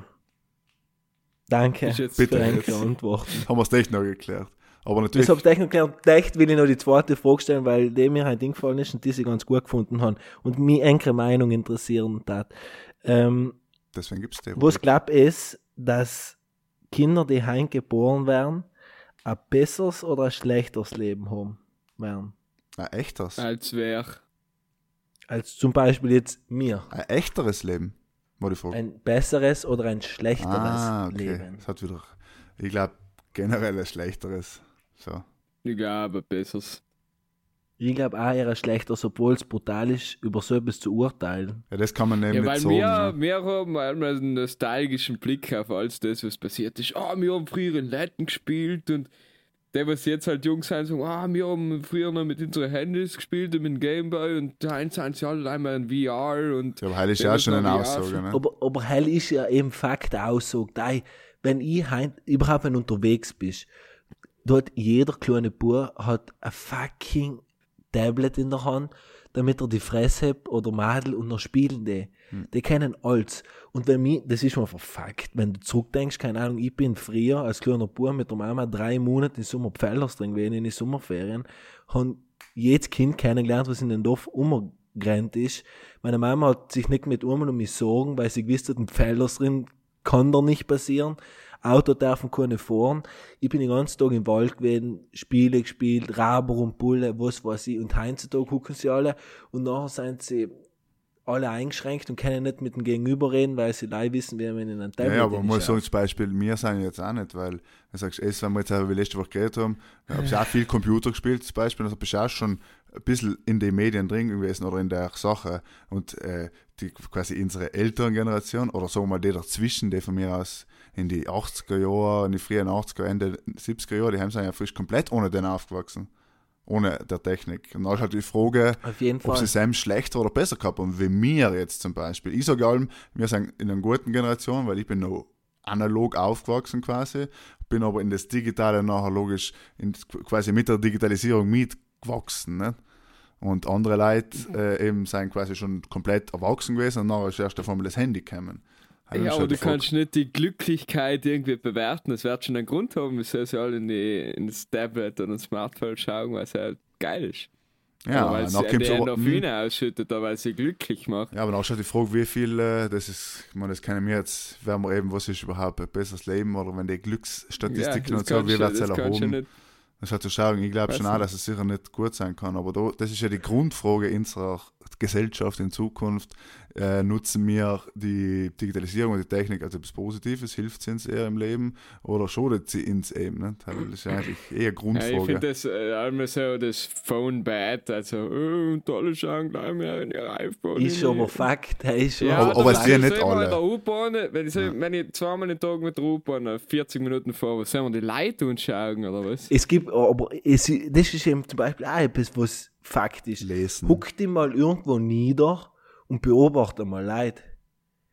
S2: Danke
S3: Ist jetzt
S2: für
S1: Bitte
S2: deine
S1: jetzt.
S2: Antworten.
S1: Haben wir es echt noch geklärt. Aber natürlich,
S2: Ich habe gleich noch gelernt, gleich will ich noch die zweite Frage stellen, weil die mir halt eingefallen ist und die sie ganz gut gefunden haben und mich enkle Meinung interessieren tat. Ähm,
S1: deswegen gibt es die.
S2: was glaubt ist, dass Kinder, die heim geboren werden, ein besseres oder ein schlechteres Leben haben werden?
S1: Ein echtes.
S3: Als wäre.
S2: Als zum Beispiel jetzt mir.
S1: Ein echteres Leben, war die Frage.
S2: Ein besseres oder ein schlechteres
S1: Hm. ah, okay.
S2: Leben.
S1: Das hat wieder, ich glaube, generell ein schlechteres. So.
S3: Ich glaube, besseres.
S2: Ich glaube auch eher ein schlechteres, obwohl es brutal ist, über so etwas zu urteilen.
S1: Ja, das kann man
S3: Ja,
S1: eben nicht
S3: weil
S1: sagen.
S3: wir,
S1: ne?
S3: wir haben einmal einen nostalgischen Blick auf alles das, was passiert ist. Ah, wir haben früher in Leuten gespielt und der, was jetzt halt jung sein, sagen, ah, wir haben früher noch mit unseren Handys gespielt und mit dem Gameboy und da sind sie alle einmal in VR und
S1: Ja, aber heilig ist
S3: Wir
S1: ja auch schon
S3: müssen
S1: eine
S3: noch die
S1: Aussage. Ne?
S2: Aber, aber hell ist ja eben Fakt auch so. Dei, wenn ich heim, überhaupt wenn unterwegs bist, dort jeder kleine Bub hat ein fucking Tablet in der Hand, damit er die Fresse hat oder Madel und noch spielen die. Die kennen alles. Und wenn mich, das ist mir einfach Fakt, wenn du zurückdenkst, keine Ahnung, ich bin früher als kleiner Bub mit der Mama drei Monate in Sommerpfeilers drin gewesen, in die Sommerferien, haben jedes Kind kennengelernt, was in den Dorf umgerannt ist. Meine Mama hat sich nicht mit Urmen um mich sorgen, weil sie gewusst hat, ein Pfeilers drin kann da nicht passieren. Auto dürfen keine fahren. Ich bin den ganzen Tag im Wald gewesen, Spiele gespielt, Raber und Bulle, was weiß ich. Und heutzutage gucken sie alle und nachher sind sie alle eingeschränkt und können nicht mit dem Gegenüber reden, weil sie leider wissen, wie man in einem
S1: Ja,
S2: Tablet
S1: ja, aber man
S2: hinschaut.
S1: muss sagen, zum Beispiel, wir sind jetzt auch nicht, weil, du sagst, es, wenn wir jetzt auch wie letzte Woche geredet haben, da habe ich auch viel Computer gespielt, zum Beispiel, also bist du auch schon ein bisschen in den Medien drin gewesen oder in der Sache. Und äh, die quasi unsere Elterngeneration oder sagen wir mal die dazwischen, die von mir aus in die 80er Jahre, in die frühen 80er, Ende 70er Jahre, die haben sind ja frisch komplett ohne den aufgewachsen. Ohne der Technik. Und dann ist halt die Frage,
S2: Auf jeden
S1: ob sie
S2: Fall.
S1: es einem schlechter oder besser gehabt haben, wie mir jetzt zum Beispiel. Ich sage allem, wir sind in einer guten Generation, weil ich bin noch analog aufgewachsen quasi, bin aber in das Digitale nachher logisch in, quasi mit der Digitalisierung mitgewachsen. Ne? Und andere Leute
S3: Mhm.
S1: äh, eben sind quasi schon komplett erwachsen gewesen und nachher ist erst auf einmal das Handy gekommen. Also
S3: Ja,
S1: ist
S3: aber
S1: halt
S3: du
S1: die Frage,
S3: kannst nicht die Glücklichkeit irgendwie bewerten. Es wird schon einen Grund haben, wieso sie alle in, die, in das Tablet und ins Smartphone schauen, weil es halt geil ist.
S1: ja,
S3: Oder weil es
S1: dann kommt's aber- hm.
S3: Endorphine ausschüttet, oder weil es sie glücklich macht.
S1: Ja, aber dann auch schon die Frage, wie viel, äh, das ist, ich meine, das kennen wir jetzt, werden wir eben, was ist überhaupt ein besseres Leben oder wenn die Glücksstatistiken
S3: das
S1: und so,
S3: kannst
S1: wie
S3: du-
S1: wird es
S3: das kannst du
S1: erhoben?
S3: nicht-
S1: Das hat zu schauen. Ich glaube
S3: Weiß
S1: schon auch,
S3: nicht.
S1: dass es sicher nicht gut sein kann. Aber da, das ist ja die Grundfrage unserer Wirtschaft, Gesellschaft in Zukunft äh, nutzen wir die Digitalisierung und die Technik als etwas Positives, hilft sie uns eher im Leben oder schadet sie uns eben? Ne? Das ist ja eigentlich eher
S3: Ja, ich
S1: Grundfrage.
S3: finde das äh, einmal so das Phone bad, also äh, und alle schauen gleich mehr in ihr iPhone.
S2: Ist aber Fakt, hey, ist
S3: Ja,
S1: Aber-
S2: aber,
S1: aber
S3: das
S1: es sind
S3: ist
S1: nicht
S3: immer
S1: alle.
S3: In der U-Bahn, wenn ich, so, wenn ich zweimal den Tag mit der U-Bahn äh, 40 Minuten fahre, was sollen wir die Leute anschauen oder was?
S2: es gibt, aber es, das ist eben zum Beispiel auch etwas, was Fakt ist.
S1: Lesen.
S2: Huck dich mal irgendwo nieder und beobachte mal Leute.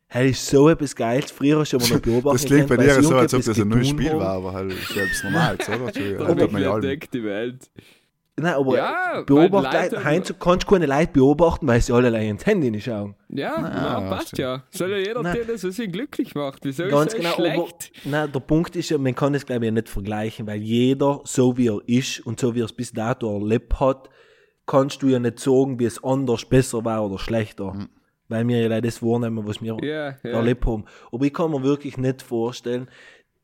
S2: Hey, ist so etwas Geiles. Früher hast du aber noch beobachtet.
S1: Das klingt bei dir so, als ob das ein neues Spiel war, aber halt selbst normal, oder?
S3: Da
S1: Entschuldigung,
S3: hab
S1: hat
S3: ich
S1: man ja alle.
S3: entdeckt die Welt.
S2: Nein, aber
S3: Ja,
S2: beobachte
S3: weil Leute-
S2: Leute. Heinz, du kannst keine Leute beobachten, weil sie alle allein ins Handy nicht schauen.
S3: Ja, na, passt
S1: stimmt.
S3: ja. Soll ja jeder
S2: Nein.
S3: tun, das, was ihn glücklich macht. Wieso
S2: Ganz
S3: ist das
S2: genau. Aber,
S3: schlecht?
S2: nein, der Punkt ist ja, man kann das glaube ich nicht vergleichen, weil jeder, so wie er ist und so wie er es bis dato erlebt hat, kannst du ja nicht sagen, wie es anders besser war oder schlechter. Weil wir ja leider das wahrnehmen, was wir
S3: Ja, ja.
S2: erlebt haben. Aber ich kann mir wirklich nicht vorstellen,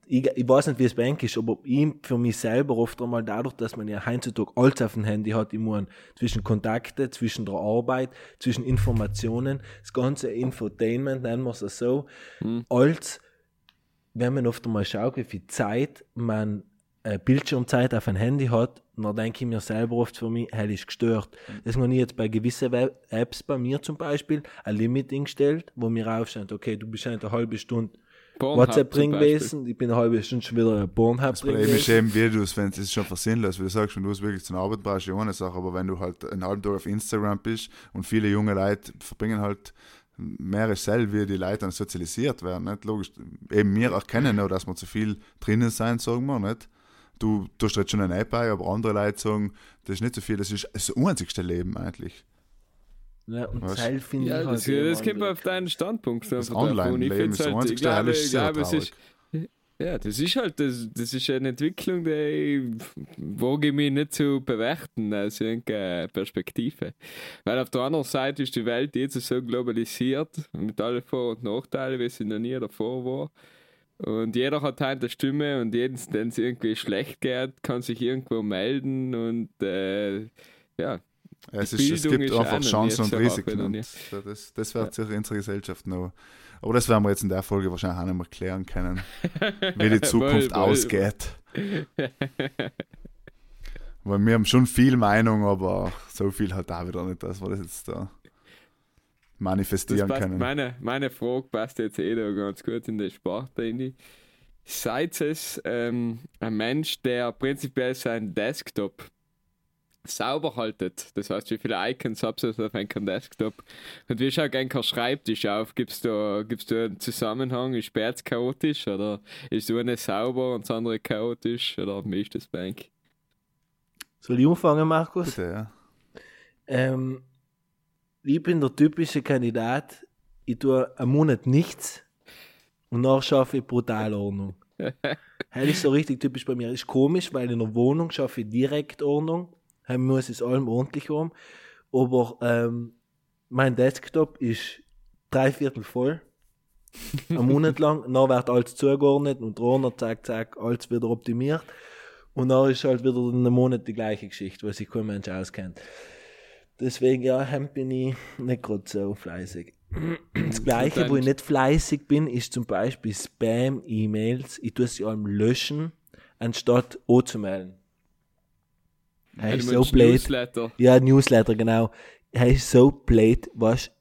S2: ich, ich weiß nicht, wie es bei Enk ist, aber ich für mich selber oft einmal dadurch, dass man ja heutzutage alles auf dem Handy hat, ich meine, zwischen Kontakte, zwischen der Arbeit, zwischen Informationen, das ganze Infotainment, nennen wir es auch so,
S3: Hm.
S2: als wenn man oft einmal schaut, wie viel Zeit man äh, Bildschirmzeit auf ein Handy hat, dann denke ich mir selber oft für mich, hell ist gestört. Deswegen habe ich jetzt bei gewissen Web Apps, bei mir zum Beispiel, ein Limit eingestellt, wo mir aufscheint, okay, du bist halt eine halbe Stunde
S3: Pornhub
S2: WhatsApp
S3: zum
S2: drin gewesen, ich bin eine halbe Stunde schon wieder ein Pornhub drin
S1: Problem ist
S2: gewesen.
S1: eben, wie du es, wenn es ist schon fast sinnlos, wie du sagst, wenn du es wirklich zur Arbeit brauchst, ja eine Sache, aber wenn du halt einen halben Tag auf Instagram bist und viele junge Leute verbringen halt mehrere Cell, wie die Leute dann sozialisiert werden, nicht? Logisch, eben wir erkennen ja, dass wir zu viel drinnen sein, sagen wir, nicht? Du tust halt schon ein App ein, aber andere Leute sagen, das ist nicht so viel, das ist das einzigste Leben eigentlich.
S2: Ja, und
S1: Was?
S2: Teil finde
S3: Ja,
S2: ich
S3: das,
S2: halt
S3: das kommt
S2: immer
S3: auf deinen Standpunkt. Das
S1: Online-Leben ist
S3: halt,
S1: das einzigste, hell ist sehr traurig.
S3: Ja, das ist halt, das, das ist eine Entwicklung, die wage ich mich nicht zu bewerten äh, aus irgendeiner Perspektive. Weil auf der anderen Seite ist die Welt jetzt so globalisiert, mit allen Vor- und Nachteilen, wie sie noch nie davor war. Und jeder hat halt eine Stimme und jeden, den es irgendwie schlecht geht, kann sich irgendwo melden und äh, ja,
S1: Es,
S3: Die
S1: ist, es
S3: Bildung
S1: gibt
S3: ist
S1: einfach
S3: auch noch
S1: Chancen
S3: nicht
S1: und
S3: so
S1: Risiken.
S3: weit,
S1: Und
S3: ja.
S1: das, das wird sicher unsere Gesellschaft noch. Aber das werden wir jetzt in der Folge wahrscheinlich auch nicht mehr klären können, wie die Zukunft
S3: Weil- weil-
S1: ausgeht. Weil wir haben schon viel Meinung, aber so viel halt auch wieder nicht, dass wir das jetzt da
S3: Das
S1: manifestieren
S3: passt,
S1: können.
S3: Meine, meine Frage passt jetzt eh da ganz gut in der Sparte rein. Seid es ähm, ein Mensch, der prinzipiell seinen Desktop sauber haltet? Das heißt, wie viele Icons habt ihr auf einem Desktop? Und wie schaut ein Schreibtisch auf? Gibst du, gibst du einen Zusammenhang? Ist Bärz chaotisch oder ist so eine sauber und das andere chaotisch? Oder wie ist das Bank?
S2: so. Soll ich anfangen, Markus?
S1: Bitte, ja.
S2: Ähm, ich bin der typische Kandidat, ich tue einen Monat nichts und nachher schaffe ich brutal Ordnung. das ist so richtig typisch bei mir. Ist komisch, weil in der Wohnung schaffe ich direkt Ordnung. Ich muss es allem ordentlich haben. Aber ähm, mein Desktop ist drei Viertel voll. Einen Monat lang. Dann wird alles zugeordnet und drunter, zack, zack, alles wieder optimiert. Und dann ist halt wieder in einem Monat die gleiche Geschichte, weil sich kein Mensch auskennt. Deswegen, ja, heim bin ich nicht gerade so fleißig. Das Gleiche, wo ich nicht fleißig bin, ist zum Beispiel Spam-E-Mails. Ich tue sie allem löschen, anstatt anzumelden. Hey,
S3: Ein
S2: so blöd.
S3: Newsletter.
S2: Ja, Newsletter, genau. Hey, so blöd, was?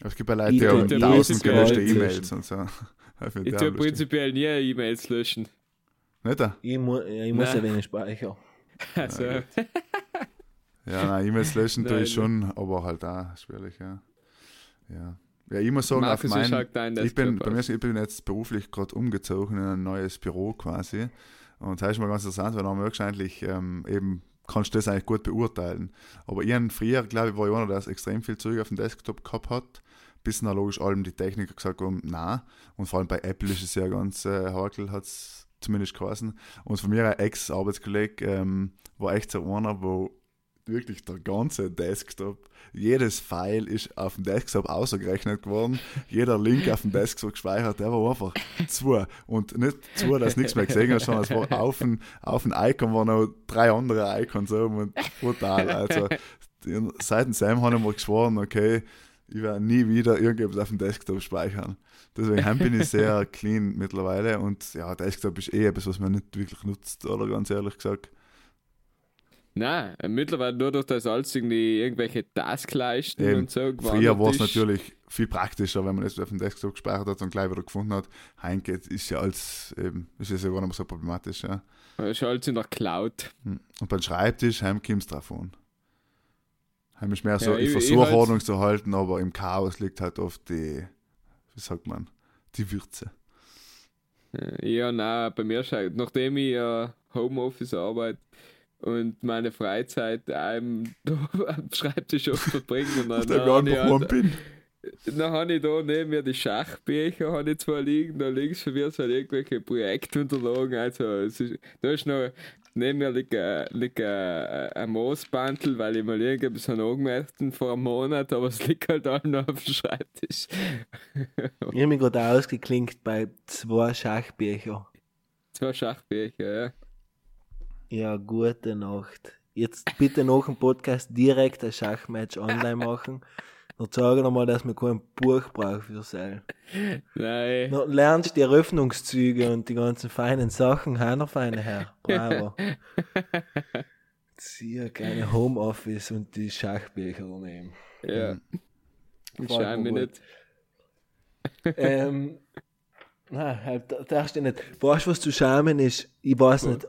S1: Aber es gibt ja Leute,
S2: Ich
S1: die haben
S3: tue
S1: tausend
S3: prinzipiell
S1: gelöschte
S2: zwischen-
S1: E-Mails und so. Ich finde,
S3: Ich
S1: die
S3: tue
S1: haben bestimmt-
S3: prinzipiell nie E-Mails löschen.
S1: Nicht da?
S2: Ich, mu ja, ich muss
S3: Nein.
S2: ein wenig speichern.
S3: Also,
S1: Ja, nein, E-Mails löschen tue
S3: Nein,
S1: ich schon, aber halt auch schwierig, ja. Ja, ja ich muss sagen, auf
S3: Markus, wie
S1: mein,
S3: schaut dein
S1: ich, bin,
S3: Desktop
S1: bei mir,
S3: aus?
S1: ist- ich bin jetzt beruflich gerade umgezogen in ein neues Büro quasi. Und das ist mal ganz interessant, weil dann wahrscheinlich ähm, eben kannst du das eigentlich gut beurteilen. Aber ich habe früher, glaube ich, war ich einer, der das extrem viel Zeug auf dem Desktop gehabt hat. Bis dann logisch allem die Techniker gesagt haben, na Und vor allem bei Apple ist es ja ganz äh, heikel, hat es zumindest geheißen. Und von mir ein Ex-Arbeitskollege ähm, war echt so einer, wo wirklich der ganze Desktop, jedes File ist auf dem Desktop ausgerechnet geworden, jeder Link auf dem Desktop gespeichert, der war einfach zwei. Und nicht zwei, dass du nichts mehr gesehen hast, sondern es war auf dem, auf dem Icon waren noch drei andere Icons oben und brutal. Also die- seit dem Sam haben wir geschworen, okay, ich werde nie wieder irgendetwas auf dem Desktop speichern. Deswegen heim bin ich sehr clean mittlerweile und ja, Desktop ist eh etwas, was man nicht wirklich nutzt, oder ganz ehrlich gesagt.
S3: Nein, äh, mittlerweile nur durch das alles irgendwie irgendwelche Taskleisten
S1: Eben.
S3: und so
S1: Früher war es
S3: ist.
S1: natürlich viel praktischer, wenn man es auf dem Desktop gespeichert hat und gleich wieder gefunden hat. Heimgeht ist ja als eben, ist ja gar nicht mehr so problematisch. Ja.
S3: Das Äh, ist alles in der Cloud.
S1: Hm. Und beim Schreibtisch heim kommst du drauf an. Heim ist mehr so,
S3: Ja,
S1: ich,
S3: ich- ich
S1: versuche
S3: halt-
S1: Ordnung zu halten, aber im Chaos liegt halt oft die, wie sagt man, die Würze.
S3: Äh, Ja, nein, bei mir schaut, nachdem ich äh, Homeoffice arbeite und meine Freizeit einem da am Schreibtisch oft verbringe und dann,
S1: Nachdem
S3: dann,
S1: ich
S3: habe ich
S1: einfach warm
S3: halt,
S1: bin.
S3: dann habe ich da neben mir die Schachbücher habe ich zwei liegen, da links von mir sind irgendwelche Projektunterlagen, also es ist, da ist noch, neben mir liegt, ein- liegt ein, ein Moosbantel, weil ich mal irgendwas habe angemeldet vor einem Monat, aber es liegt halt auch noch auf dem Schreibtisch.
S2: Ich habe mich gerade ausgeklinkt bei zwei Schachbüchern.
S3: zwei Schachbücher, ja.
S2: Ja, gute Nacht. Jetzt bitte nach dem Podcast direkt ein Schachmatch online machen. Dann sage ich nochmal, dass man kein Buch braucht für Seil.
S3: Nein.
S2: Dann lernst du die Eröffnungszüge und die ganzen feinen Sachen. Heiner feine Herr. Bravo. Zieh keine Homeoffice und die Schachbücher nehmen.
S3: Ja. Ich
S2: Gefällt
S3: schau
S2: mir
S3: mich
S2: gut.
S3: nicht.
S2: ähm, nein, halt, da- darfst du nicht. Weißt du, was zu schämen ist? Ich weiß nicht.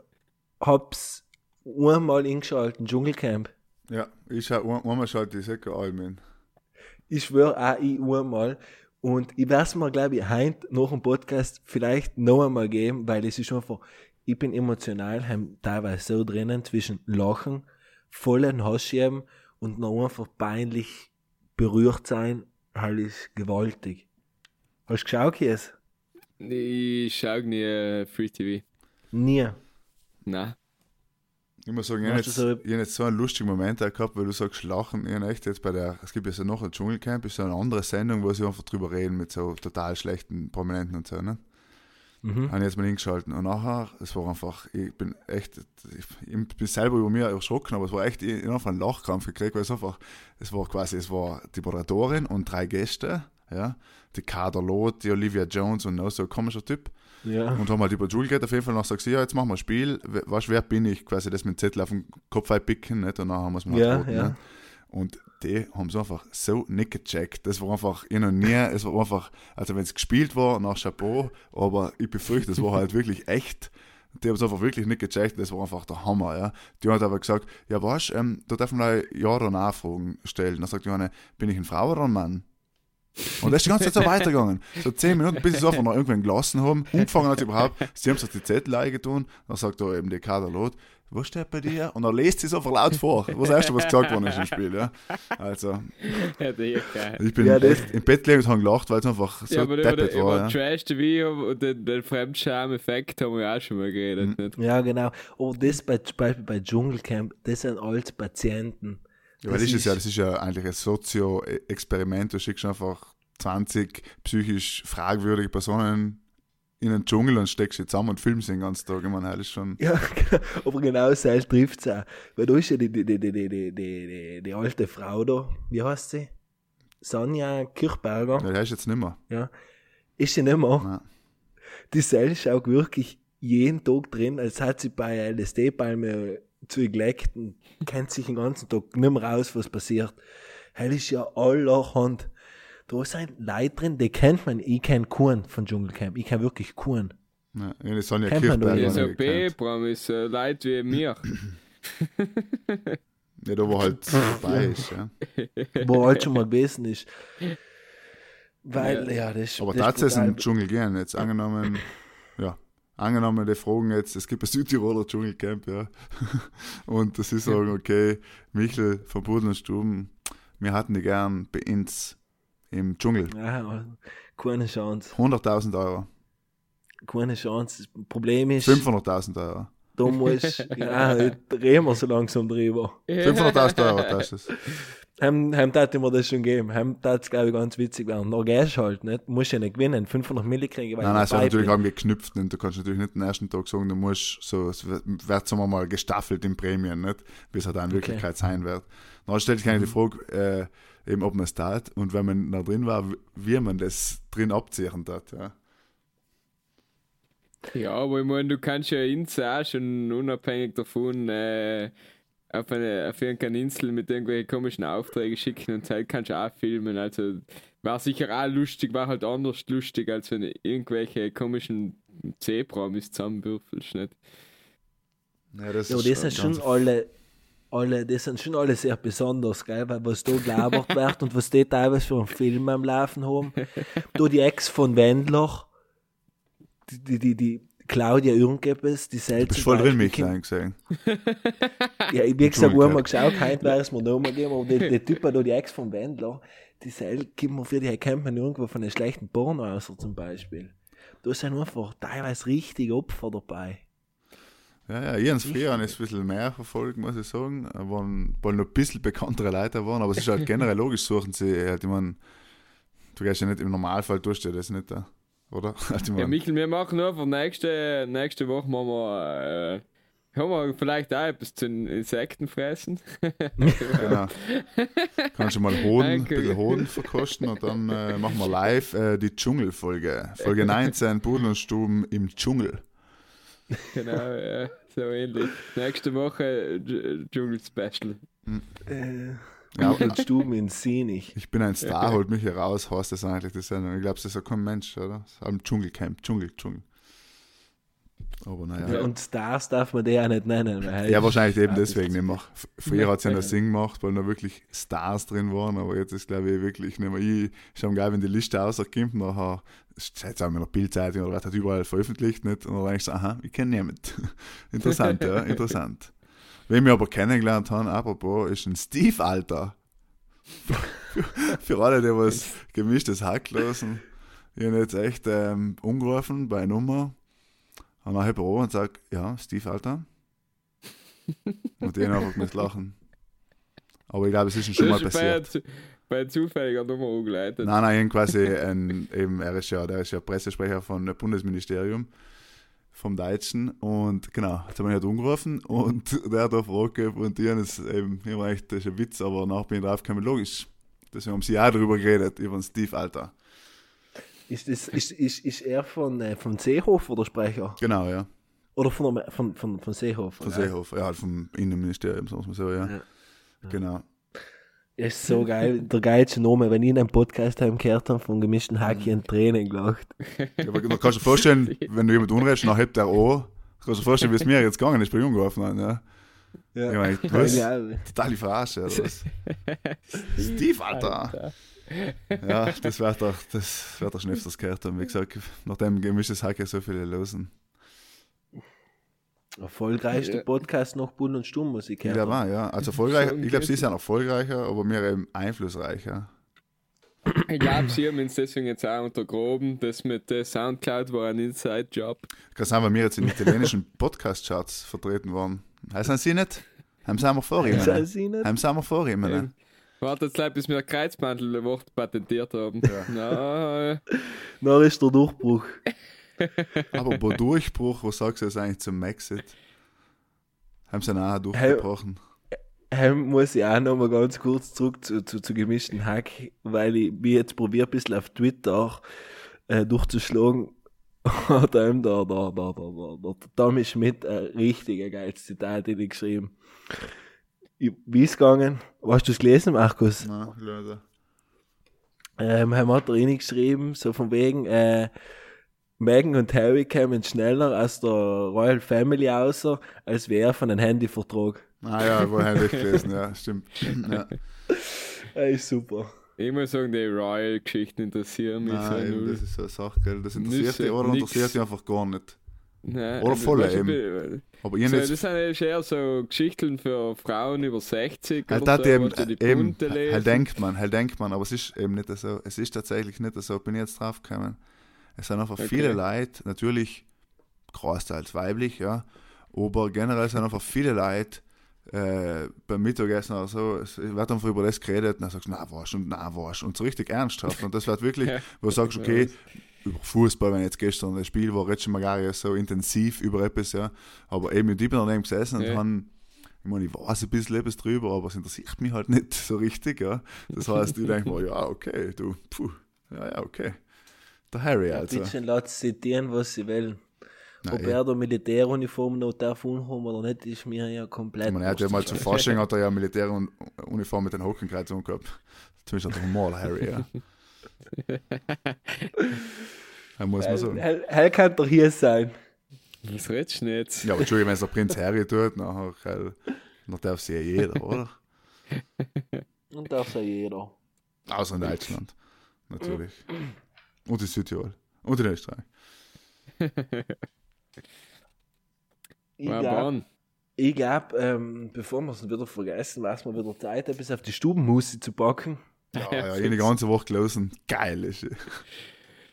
S2: Hab's einmal eingeschalten, Dschungelcamp.
S1: Ja, ich schaue, manchmal schaut die Säcke allmen.
S2: Ich schwöre auch, ich einmal. Und ich werde es mir, glaube ich, heute nach dem Podcast vielleicht noch einmal geben, weil es ist einfach, ich bin emotional heim teilweise so drinnen zwischen Lachen, vollen Hassschieben und noch einfach peinlich berührt sein, halt ist gewaltig. Hast du geschaut, Kies?
S3: Ich schau nie äh, Free TV.
S2: Nie.
S3: Nein.
S1: Ich muss sagen, ich habe
S2: Machst du
S1: jetzt,
S2: so-
S1: ich hab jetzt so einen lustigen Moment auch gehabt, weil du sagst, Lachen, ich hab echt jetzt bei der, es gibt ja so noch ein Dschungelcamp, ist so eine andere Sendung, wo sie einfach drüber reden mit so total schlechten Prominenten und so, ne?
S2: Mhm.
S1: Habe ich jetzt mal hingeschalten und nachher, es war einfach, ich bin echt, ich ich bin selber über mich erschrocken, aber es war echt, ich habe einen Lachkrampf gekriegt, weil es einfach, es war quasi, es war die Moderatorin und drei Gäste, ja, die Kader Loth, die Olivia Jones und noch so ein komischer Typ.
S2: Ja.
S1: Und haben halt über Jules geht auf jeden Fall noch gesagt, ja, jetzt machen wir ein Spiel, We- weißt du, wer bin ich? Quasi das mit dem Zettel auf den Kopf einpicken, nicht? Und dann haben wir es mal
S2: Ja,
S1: geraten, nicht?
S2: ja.
S1: halt ne? Und die haben es einfach so nicht gecheckt. Das war einfach in und näher, es war einfach, also wenn es gespielt war, nach Chapeau, aber ich befürchte, es war halt wirklich echt. Die haben es einfach wirklich nicht gecheckt, das war einfach der Hammer, ja. Die hat aber gesagt, ja weißt du, ähm, da darf man gleich Ja oder Nein Fragen stellen. Dann sagt die eine, bin ich ein Frau oder ein Mann? Und das ist die ganze Zeit so weitergegangen. So zehn Minuten, bis sie es einfach noch irgendwann gelassen haben. Umgefangen hat sie überhaupt. Sie haben sich die Zettel eingetan. Dann sagt da eben der Kaderlot, was steht bei dir? Und dann lest sie es einfach laut vor. Das war das Erste, was gesagt worden ist im Spiel. Ja. Also,
S3: Hätte ich geil.
S1: ich bin
S2: Ja, das-
S1: echt im Bett gelegen und habe gelacht, weil es einfach so
S3: ja, aber über,
S1: deppert
S3: den, über
S1: war. Ja.
S3: Trash TV und den, den Fremdscham-Effekt haben wir auch schon mal
S1: Mhm.
S3: geredet. ne? Nicht?
S2: Ja, genau. Oh, das bei, zum Beispiel bei Dschungelcamp, das sind alles Patienten.
S1: Ja, weil das ist ja, das ist ja eigentlich ein Sozio-Experiment. Du schickst einfach 20 psychisch fragwürdige Personen in den Dschungel und steckst sie zusammen und filmst sie den ganzen Tag. Ich meine, das ist schon.
S2: Ja, genau. aber genau das trifft es auch. Weil da ist ja die, die, die, die, die, die, die, die alte Frau da, wie heißt sie? Sonja Kirchberger.
S1: Ja, das ist jetzt nimmer.
S2: Ist sie nicht mehr.
S1: Nein.
S2: Die Sel schaut wirklich jeden Tag drin, als hat sie bei einer LSD-Palme zugelegt und kennt sich den ganzen Tag nicht mehr raus, was passiert. Hell ist ja allerhand. Da sind Leute drin, die kennt man. Ich kenn Kuhn von Dschungelcamp. Ich kenn wirklich Kuhn.
S1: Ja, die Sonja
S2: Kennt man doch
S1: Kirchberger.
S2: nicht.
S1: habe
S3: Ja,
S1: ich
S3: Also so
S1: gekannt.
S3: B-Promis, äh, Leute wie mir.
S1: Ja, da war halt dabei ist, ja.
S2: wo halt schon mal gewesen ist. Weil, ja, das ist.
S1: Aber
S2: das ist
S1: tatsächlich in den
S2: brutal.
S1: Dschungel gehen. Jetzt angenommen, ja, angenommen, die fragen jetzt, es gibt ein Südtiroler Dschungelcamp, ja. Und sie sagen, okay, Michel von Budel und Stuben, wir hatten die gern bei uns im Dschungel.
S2: Ja, keine Chance.
S1: 100.000 Euro,
S2: Keine Chance. Das Problem ist,
S1: 500.000 Euro.
S2: Da musst ja, jetzt reden wir so langsam drüber.
S1: 500.000 Euro, das ist es.
S2: Heim, heim tat mir das schon geben. Heim tat es, glaube ich, ganz witzig werden. Da gehst du halt nicht. Musst ja nicht gewinnen. 500 Milli kriegen, weil
S1: Nein, nein,
S2: ich
S1: es wird
S2: dabei
S1: natürlich
S2: bin.
S1: irgendwie geknüpft und du kannst natürlich nicht den ersten Tag sagen, du musst so, es wird, wird sagen wir mal, gestaffelt in Prämien, nicht? Wie es halt auch in Wirklichkeit sein wird. Dann stellt sich eigentlich die Frage, äh, eben, ob man es tat und wenn man da drin war, wie man das drin abziehen tat, ja.
S3: Ja, aber ich meine, du kannst ja Inseln auch schon unabhängig davon äh, auf, eine, auf irgendeine Insel mit irgendwelchen komischen Aufträgen schicken und Zeit kannst du auch filmen. Also war sicher auch lustig, war halt anders lustig, als wenn du irgendwelche komischen C-Promis zusammenwürfelst. Nicht?
S1: Ja, das
S2: Ja, aber das sind schon alle, alle, das sind schon alle sehr besonders, gell? Weil was da gelabert wird und was die teilweise für einen Film am Laufen haben. Du, die Ex von Wendler, die, die, die, die Claudia irgendetwas, die
S1: Du
S2: selbst.
S1: bist voll drin, mich klein gesehen.
S2: Ja, ich wie gesagt, wo
S1: Entschuldigung,
S2: mal geschaut, heute wäre es mir nochmal gegeben, aber der, der Typ, da die Ex von Wendler, die Seil gibt mir für die kennt man irgendwo von einem schlechten Porno aus, zum Beispiel. Da sind einfach teilweise richtig Opfer dabei.
S1: Ja, ja, ich habe es früher ein bisschen mehr verfolgt, muss ich sagen. Da Waren bald noch ein bisschen bekanntere Leute waren, aber es ist halt generell logisch, suchen sie halt, ich meine, du gehst ja nicht im Normalfall durch, das nicht da, oder? Halt, ich
S3: Ja,
S1: mein,
S3: Michael, wir machen einfach nächste, nächste Woche machen wir, äh, haben wir vielleicht auch etwas zu den Insekten fressen.
S1: Genau. Kannst du mal Hoden, ein
S3: Danke.
S1: bisschen Hoden verkosten und dann äh, machen wir live äh, die Dschungelfolge. Folge 19, Pudel und Stuben im Dschungel.
S3: genau, ja, so ähnlich. Nächste Woche äh, Dsch- Dschungel-Special.
S2: Äh,
S1: Ja,
S2: und Stuben in Sinich.
S1: ich bin ein Star, holt mich hier raus, heißt das eigentlich die Sendung. Ich glaube, das ist ja kein Mensch, oder? Am Dschungelcamp, Dschungel, Dschungel. Aber naja.
S2: Und Stars darf man die auch nicht nennen, weil
S1: Ja, wahrscheinlich eben deswegen Ah, nicht mehr. F- Früher hat es ja noch Sing gemacht, weil da wirklich Stars drin waren, aber jetzt ist glaube ich wirklich nicht mehr. Ich schon geil, wenn die Liste rauskommt, nachher, jetzt haben wir noch Bildzeitung oder was hat überall veröffentlicht, nicht? Und dann denkst du, aha, ich kenne niemanden. interessant, ja, interessant. Wen wir aber kennengelernt haben, apropos, ist ein Steve Alter. Für alle, die was gemischtes Hack losen. Ich habe jetzt echt ähm, umgerufen bei Nummer. Und nachher bei und sage, ja, Steve Alter. Und den einfach nicht lachen. Aber ich glaube, es ist ihm schon mal
S3: Das ist bei,
S1: passiert.
S3: zu- bei zufälliger Nummer angeleitet.
S1: Nein, nein, quasi ein, eben, er ist ja, der ist ja Pressesprecher vom Bundesministerium, vom Deutschen. Und genau, jetzt haben wir ihn halt umgerufen und der hat auf Rockgeb und die haben es eben, ich habe echt, das ist ein Witz, aber nachher bin ich draufgekommen, logisch. Deswegen haben sie ja darüber geredet, über den Steve Alter.
S2: ist, das, ist, ist, ist er von, äh, von Seehofer der Sprecher?
S1: Genau, ja.
S2: Oder von, der- von, von, von Seehofer?
S1: Von Seehofer, ja, halt vom Innenministerium, sagen wir so, ja.
S2: Ja.
S1: Genau.
S2: Ja. Ist so geil, der geilste Name, wenn ich in einem Podcast heim gehört habe, von gemischten Hacki in Tränen gelacht.
S1: Ja, aber du kannst dir vorstellen, wenn du jemand unrecht, dann hebt der an. Du kannst dir vorstellen, wie es mir jetzt gegangen ist bei Ungerufen, ja. ja. Ich meine, was?
S2: Genial.
S1: Totale Verarsche, oder was? Steve, Alter! Ja, das wird doch, das wird doch schon öfters gehört haben. Wie gesagt, nachdem gemischtes Hack ja so viele losen.
S2: Erfolgreichster
S3: Ja.
S2: Podcast nach Bund und Stumm, muss ich
S1: Ich
S2: gehört
S1: glaube
S2: haben.
S1: auch, ja. Also erfolgreich,
S3: So
S1: ich glaube, sie ist ja erfolgreicher, aber mehr eben einflussreicher.
S3: Ich glaube, sie haben uns deswegen jetzt auch untergraben. Das mit der Soundcloud war ein Inside-Job.
S1: Kann sein, weil wir jetzt in italienischen Podcast-Charts vertreten waren. Heißen sie nicht? Haben sie einmal vor ihnen?
S2: Sind sie nicht?
S1: Haben sie einmal vor ihnen?
S3: Warte jetzt gleich, bis wir ein Kreuzbandel-Wort patentiert haben. Na, äh,
S2: Dann ist der Durchbruch.
S1: Aber bei Durchbruch, was sagst du jetzt eigentlich zum Maxit? Haben sie nachher durchgebrochen?
S2: Heim Ähm, muss ich auch nochmal ganz kurz zurück zu, zu, zu gemischten Hack, weil ich mich jetzt probiere, ein bisschen auf Twitter äh, durchzuschlagen. Hat einem da, da, da, da, da, da, der Tommy Schmidt ein richtig geiles Zitat in geschrieben. Ich- Wie ist gegangen? Hast du es gelesen, Markus?
S1: Nein, leider.
S2: Ähm, haben hat er reingeschrieben, so von wegen, äh, Megan und Harry kämen schneller aus der Royal Family raus, als wäre von einem Handyvertrag.
S1: Ah ja, wohl hätte ich gelesen, ja, stimmt. Ja.
S2: Ey, super.
S3: ich muss sagen, die Royal-Geschichten interessieren mich
S1: Nein,
S3: so
S1: eben,
S3: null.
S1: das ist so eine Sache, gell. Das interessiert
S3: Nix,
S1: die oder
S3: nix.
S1: interessiert die einfach gar nicht.
S3: Nein,
S1: Oder
S3: also,
S1: voll
S3: weißt du,
S1: eben.
S3: ich bin-
S1: Aber ihr
S3: So,
S1: jetzt,
S3: das sind eigentlich eher so Geschichten für Frauen über 60
S1: halt
S3: oder
S1: hat
S3: so,
S1: eben,
S3: was du die
S1: eben,
S3: Bunte lesen.
S1: halt denkt man, halt denkt man, aber es ist eben nicht so. Es ist tatsächlich nicht so, bin ich jetzt drauf gekommen. Es sind einfach
S3: Okay.
S1: viele Leute, natürlich großteils weiblich, ja, Aber generell sind einfach viele Leute äh, beim Mittagessen oder so, es wird einfach über das geredet und dann sagst du, na wasch und na wasch und so richtig ernsthaft. Und das wird wirklich,
S3: Ja.
S1: wo du sagst, okay, über Fußball, wenn jetzt gestern das Spiel war, redest du mal gar nicht so intensiv über etwas, ja. Aber eben, ich bin daneben gesessen
S3: Ja.
S1: und haben, ich meine, ich weiß ein bisschen etwas drüber, aber es interessiert mich halt nicht so richtig, ja. Das heißt, ich denke mir, ja, okay, du, puh, ja, ja, okay. Der Harry
S2: Also.
S1: also. eh.
S2: Bitte lass sie zitieren, was sie wollen.
S1: Nein,
S2: Ob er da Militäruniform noch darf unhaben oder nicht, ist mir ja komplett.
S1: Ich meine, er hat ja
S2: wurscht.
S1: mal zu Fasching hat er ja Militäruniform mit den Hockenkreuz umgehabt. Zumindest hat er mal Harry, ja. Er muss man sagen.
S2: Hell, hell kann doch hier sein.
S3: Was redest du denn jetzt?
S1: Ja, aber Entschuldigung, wenn es der Prinz Harry tut, nachher, gell, dann darf sie ja jeder, oder?
S2: Und darf ja jeder.
S1: Außer in Deutschland, natürlich. Und in Südtirol. Und in Österreich.
S2: Ich
S3: Ja,
S2: glaube,
S3: Mann.
S2: glaub, ähm, bevor wir es wieder vergessen, was wir wieder Zeit haben, bis auf die Stubenmusi zu packen.
S1: Ja, ja, ich habe die ganze Woche gelesen. Geil ist es.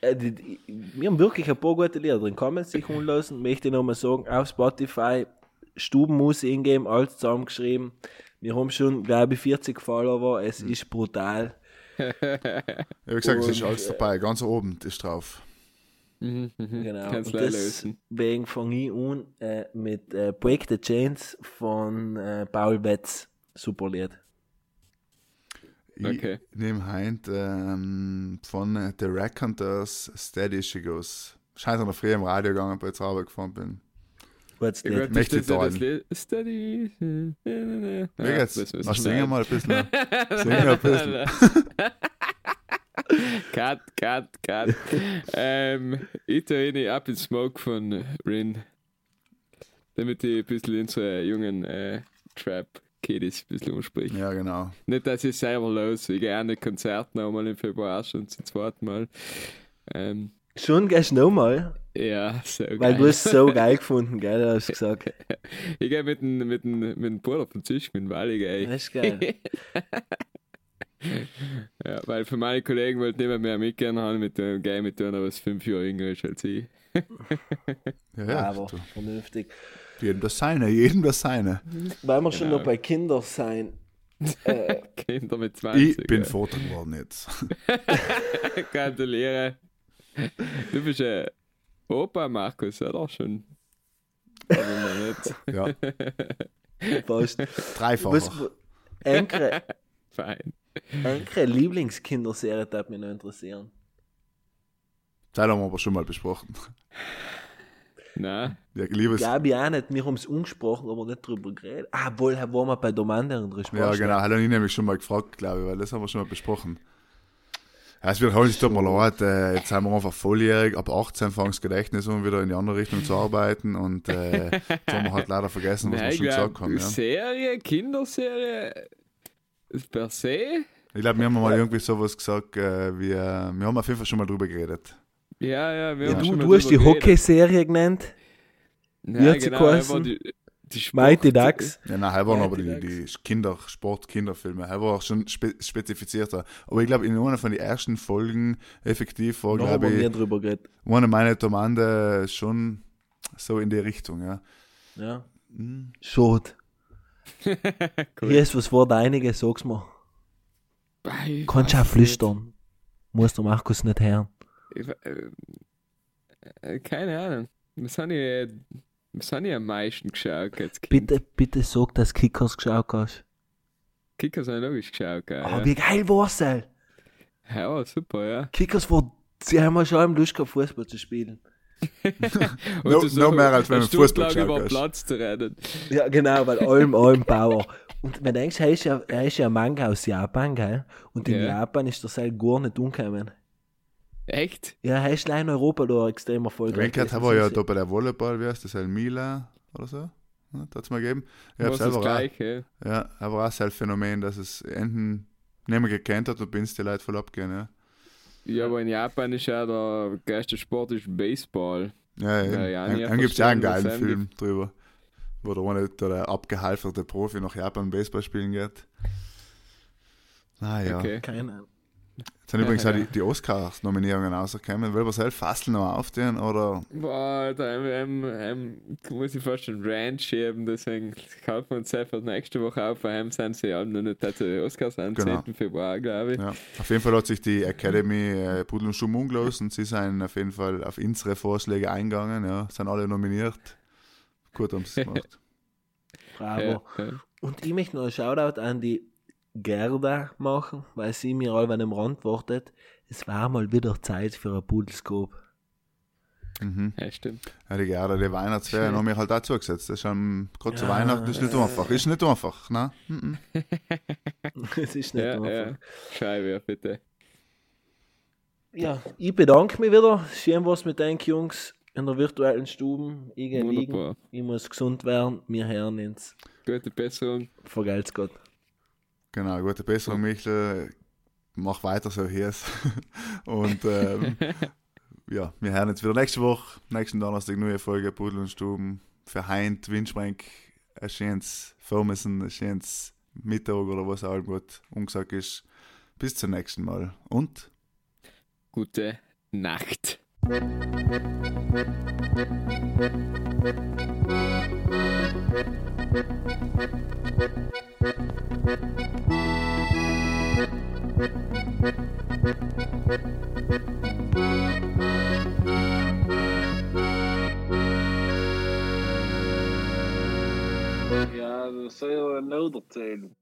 S2: Äh, die- die- Wir haben wirklich ein paar gute Lieder drin. Kann man sich umlassen. Möchte ich nochmal sagen, auf Spotify, Stubenmusik ingame, alles zusammengeschrieben. Wir haben schon, glaube ich, 40 Follower. Es
S1: Hm.
S2: ist brutal.
S1: Ich habe gesagt, es ist
S2: Und,
S1: alles dabei. Ganz oben ist drauf.
S3: Mhm, mhm.
S2: Genau.
S3: Kannst
S2: Und
S3: du lösen.
S2: Deswegen fange ich an äh, mit äh, Break the Chains von äh, Paul Betz. Super Lied.
S1: Ich
S3: Okay.
S1: nehme heint ähm, von äh, The Raconteurs Steady She Goes. Scheint an der Früh im Radio gegangen, bei jetzt Arbeit gefahren bin.
S2: Gutes
S3: Ich
S2: Lied.
S3: wollte
S1: Möchte
S3: nicht, dass
S1: teilen.
S3: ihr das Lied- Steady. Wie
S1: Wie geht's? Na, singen mal ein bisschen. Singen ein bisschen.
S3: Cut, cut, cut. ähm, ich tue eine Up in Smoke von Rin. Damit ich ein bisschen unsere jungen äh, Trap-Kiddies ein bisschen umspreche.
S1: Ja, genau.
S3: Nicht, dass ich selber los. Ich gehe an den Konzert nochmal im Februar schon zum zweiten Mal. Ähm,
S2: Schon gehst du nochmal,
S3: ja, so
S2: weil
S3: geil.
S2: du es so geil gefunden, gell? Du hast gesagt.
S3: Ich gehe mit dem mit dem- mit dem Bruder von Tisch, mit dem Walli,
S2: Das
S3: gehe ich.
S2: ist geil.
S3: Ja, weil für meine Kollegen wollte niemand mehr mitgehen haben mit dem Game mit tun, aber es fünf Jahre jünger ist als ich.
S1: Ja, ja.
S2: Aber
S1: du.
S2: vernünftig.
S1: Jedem das seine, jedem das seine.
S2: Weil wir
S3: Genau.
S2: schon noch bei Kindern sein. äh,
S3: Kinder mit 20.
S1: Ich bin
S3: ja.
S1: Vater geworden jetzt.
S3: Gratuliere. Du bist ein Opa, Markus, ja doch schon. Aber noch nicht.
S1: Ja,
S2: Fast. Was,
S1: dreifach.
S2: enkere,
S3: Fein.
S2: enkere Lieblingskinderserie darf mich noch interessieren.
S1: Das haben wir aber schon mal besprochen.
S3: Na,
S1: Ja, liebes, ja,
S2: Glaube ich auch nicht. Wir haben es umgesprochen, aber nicht drüber geredet. Ah, wohl, waren wir bei dem anderen drin.
S1: genau. Hallo, ich nämlich schon mal gefragt, glaube ich, weil das haben wir schon mal besprochen. Ja, es halt wiederholt, es tut mir leid. Äh, jetzt sind wir einfach volljährig, ab 18 fangen das Gedächtnis um wieder in die andere Richtung zu arbeiten und äh, jetzt haben wir halt leider vergessen, was
S3: Nein,
S1: wir
S3: ich
S1: schon gesagt
S3: glaub,
S1: haben. Ja.
S3: Serie, Kinderserie, per se.
S1: Ich glaube, wir haben mal irgendwie sowas gesagt, äh, wie, äh, wir haben auf jeden Fall schon mal drüber geredet.
S3: Ja, ja, wir
S1: Ja,
S3: haben
S2: Du,
S3: schon mal
S2: du hast die
S3: drüber geredet.
S2: Hockey-Serie genannt.
S3: Nein,
S2: Wie hat sie geheißen?
S3: aber die, die Sport-
S2: Mighty Ducks.
S1: Ja, nein, er waren
S3: Ja,
S1: aber die, die
S3: T-Rex.
S1: Kinder, Sport, Kinderfilme. Er war auch schon spe spezifizierter. Aber ich glaube, in einer von den ersten Folgen effektiv war,
S2: Da haben
S1: glaube
S2: wir nie
S1: ich,
S2: drüber geredet.
S1: eine meiner Tomande schon so in die Richtung, ja.
S2: Ja.
S1: Hm.
S2: Schade. Hier was war deinige, sag's mir.
S3: Bei-
S2: Kannst du auch flüstern. Muss der Markus nicht hören.
S3: Ich wa- äh, äh, Keine Ahnung. Was haben die, was haben die am meisten geschaut als Kind?
S2: Bitte, bitte sag, dass Kickers geschaut hast.
S3: Kickers haben logisch geschaut, gell?
S2: Ah,
S3: ja.
S2: wie geil war's denn?
S3: ja, oh, super, ja.
S2: Kickers war, sie haben ja schon im Lust gehabt, Fußball zu spielen.
S3: Und
S1: No-
S3: du
S1: no
S3: sagst,
S1: mehr, als wenn
S3: eine
S1: man
S3: Stunde
S1: Fußball
S3: lang
S1: geschaut
S3: über den
S1: hast.
S3: Platz zu rennen.
S2: Ja, genau, weil allem, allem Power. Und wenn du denkst, er ist, ja, er ist ja ein Manga aus Japan, gell? Und in
S3: Ja.
S2: Japan ist der Seil gar nicht umgekommen.
S3: Echt?
S2: Ja, er ist leider in Europa da extrem erfolgreich.
S1: Wenkert
S2: gewesen,
S1: haben wir ja
S2: so
S1: da bei der Volleyball, wie heißt das, El Mila oder so? Ja, hat's mal gegeben. Ich
S3: Du
S1: habe
S3: hast das
S1: selber auch,
S3: Gleiche.
S1: ja, aber auch ein Phänomen, dass es enden nicht mehr gekannt hat und bin es die Leute voll abgehen, ja.
S3: Ja, aber in Japan ist ja der geilste Sport ist Baseball.
S1: Ja, ja.
S3: Ja, ja,
S1: dann
S3: nie
S1: dann gibt es ja einen
S3: verstanden,
S1: geilen
S3: was
S1: Film drüber, wo der, eine, der, der abgehalfterte Profi nach Japan Baseball spielen geht. Naja,
S3: Okay.
S2: Keine Ahnung.
S1: Ah, Jetzt sind übrigens
S3: Ja,
S1: auch die,
S3: ja.
S1: die Oscar-Nominierungen rausgekommen. Will man selbst fasteln noch aufstehen oder
S3: Boah, da ähm, ähm, ähm, muss ich fast den Rand schieben, deswegen kaufen wir uns einfach nächste Woche auf, weil ähm, sind sie ja noch nicht dazu Oscars am
S1: Genau.
S3: 10. Februar, glaube ich.
S1: Ja, auf jeden Fall hat sich die Academy äh, Pudel und Stumm umgelöst und sie sind auf jeden Fall auf unsere Vorschläge eingegangen. Ja, sind alle nominiert. Gut haben sie es gemacht.
S2: Bravo.
S3: Ja, ja.
S2: Und ich möchte noch einen Shoutout an die Gerda machen, weil sie mir allweil im Rand wartet. Es war mal wieder Zeit für ein Pudelscope.
S1: Mhm.
S3: ja, stimmt.
S1: Ja, die Gerda, die Weihnachtsferien
S3: Schön.
S1: haben mich halt dazu gesetzt. Das ist schon, gerade zu
S2: Ja,
S1: Weihnachten ist nicht einfach. Ist nicht einfach, ne? Mhm.
S2: es ist nicht
S3: Ja,
S2: einfach.
S3: ja. Schreibe ja bitte.
S2: Ja, ich bedanke mich wieder. Schön was mit den Jungs in der virtuellen Stube. Ich gehe liegen.
S3: Wunderbar.
S2: Ich muss gesund werden. Wir hören uns.
S3: Gute Besserung.
S2: Vergelt's Gott.
S1: Genau, gute Besserung, Michel. Mach weiter so hier. Und ähm, ja, wir hören jetzt wieder nächste Woche, nächsten Donnerstag, neue Folge Pudel und Stuben. Für Heint, Windschwenk, ein schönes Firmessen, ein schönes Mittag oder was auch immer gut umgesagt ist. Bis zum nächsten Mal und
S3: Gute Nacht.
S4: Ja, dat is heel een nodelteen.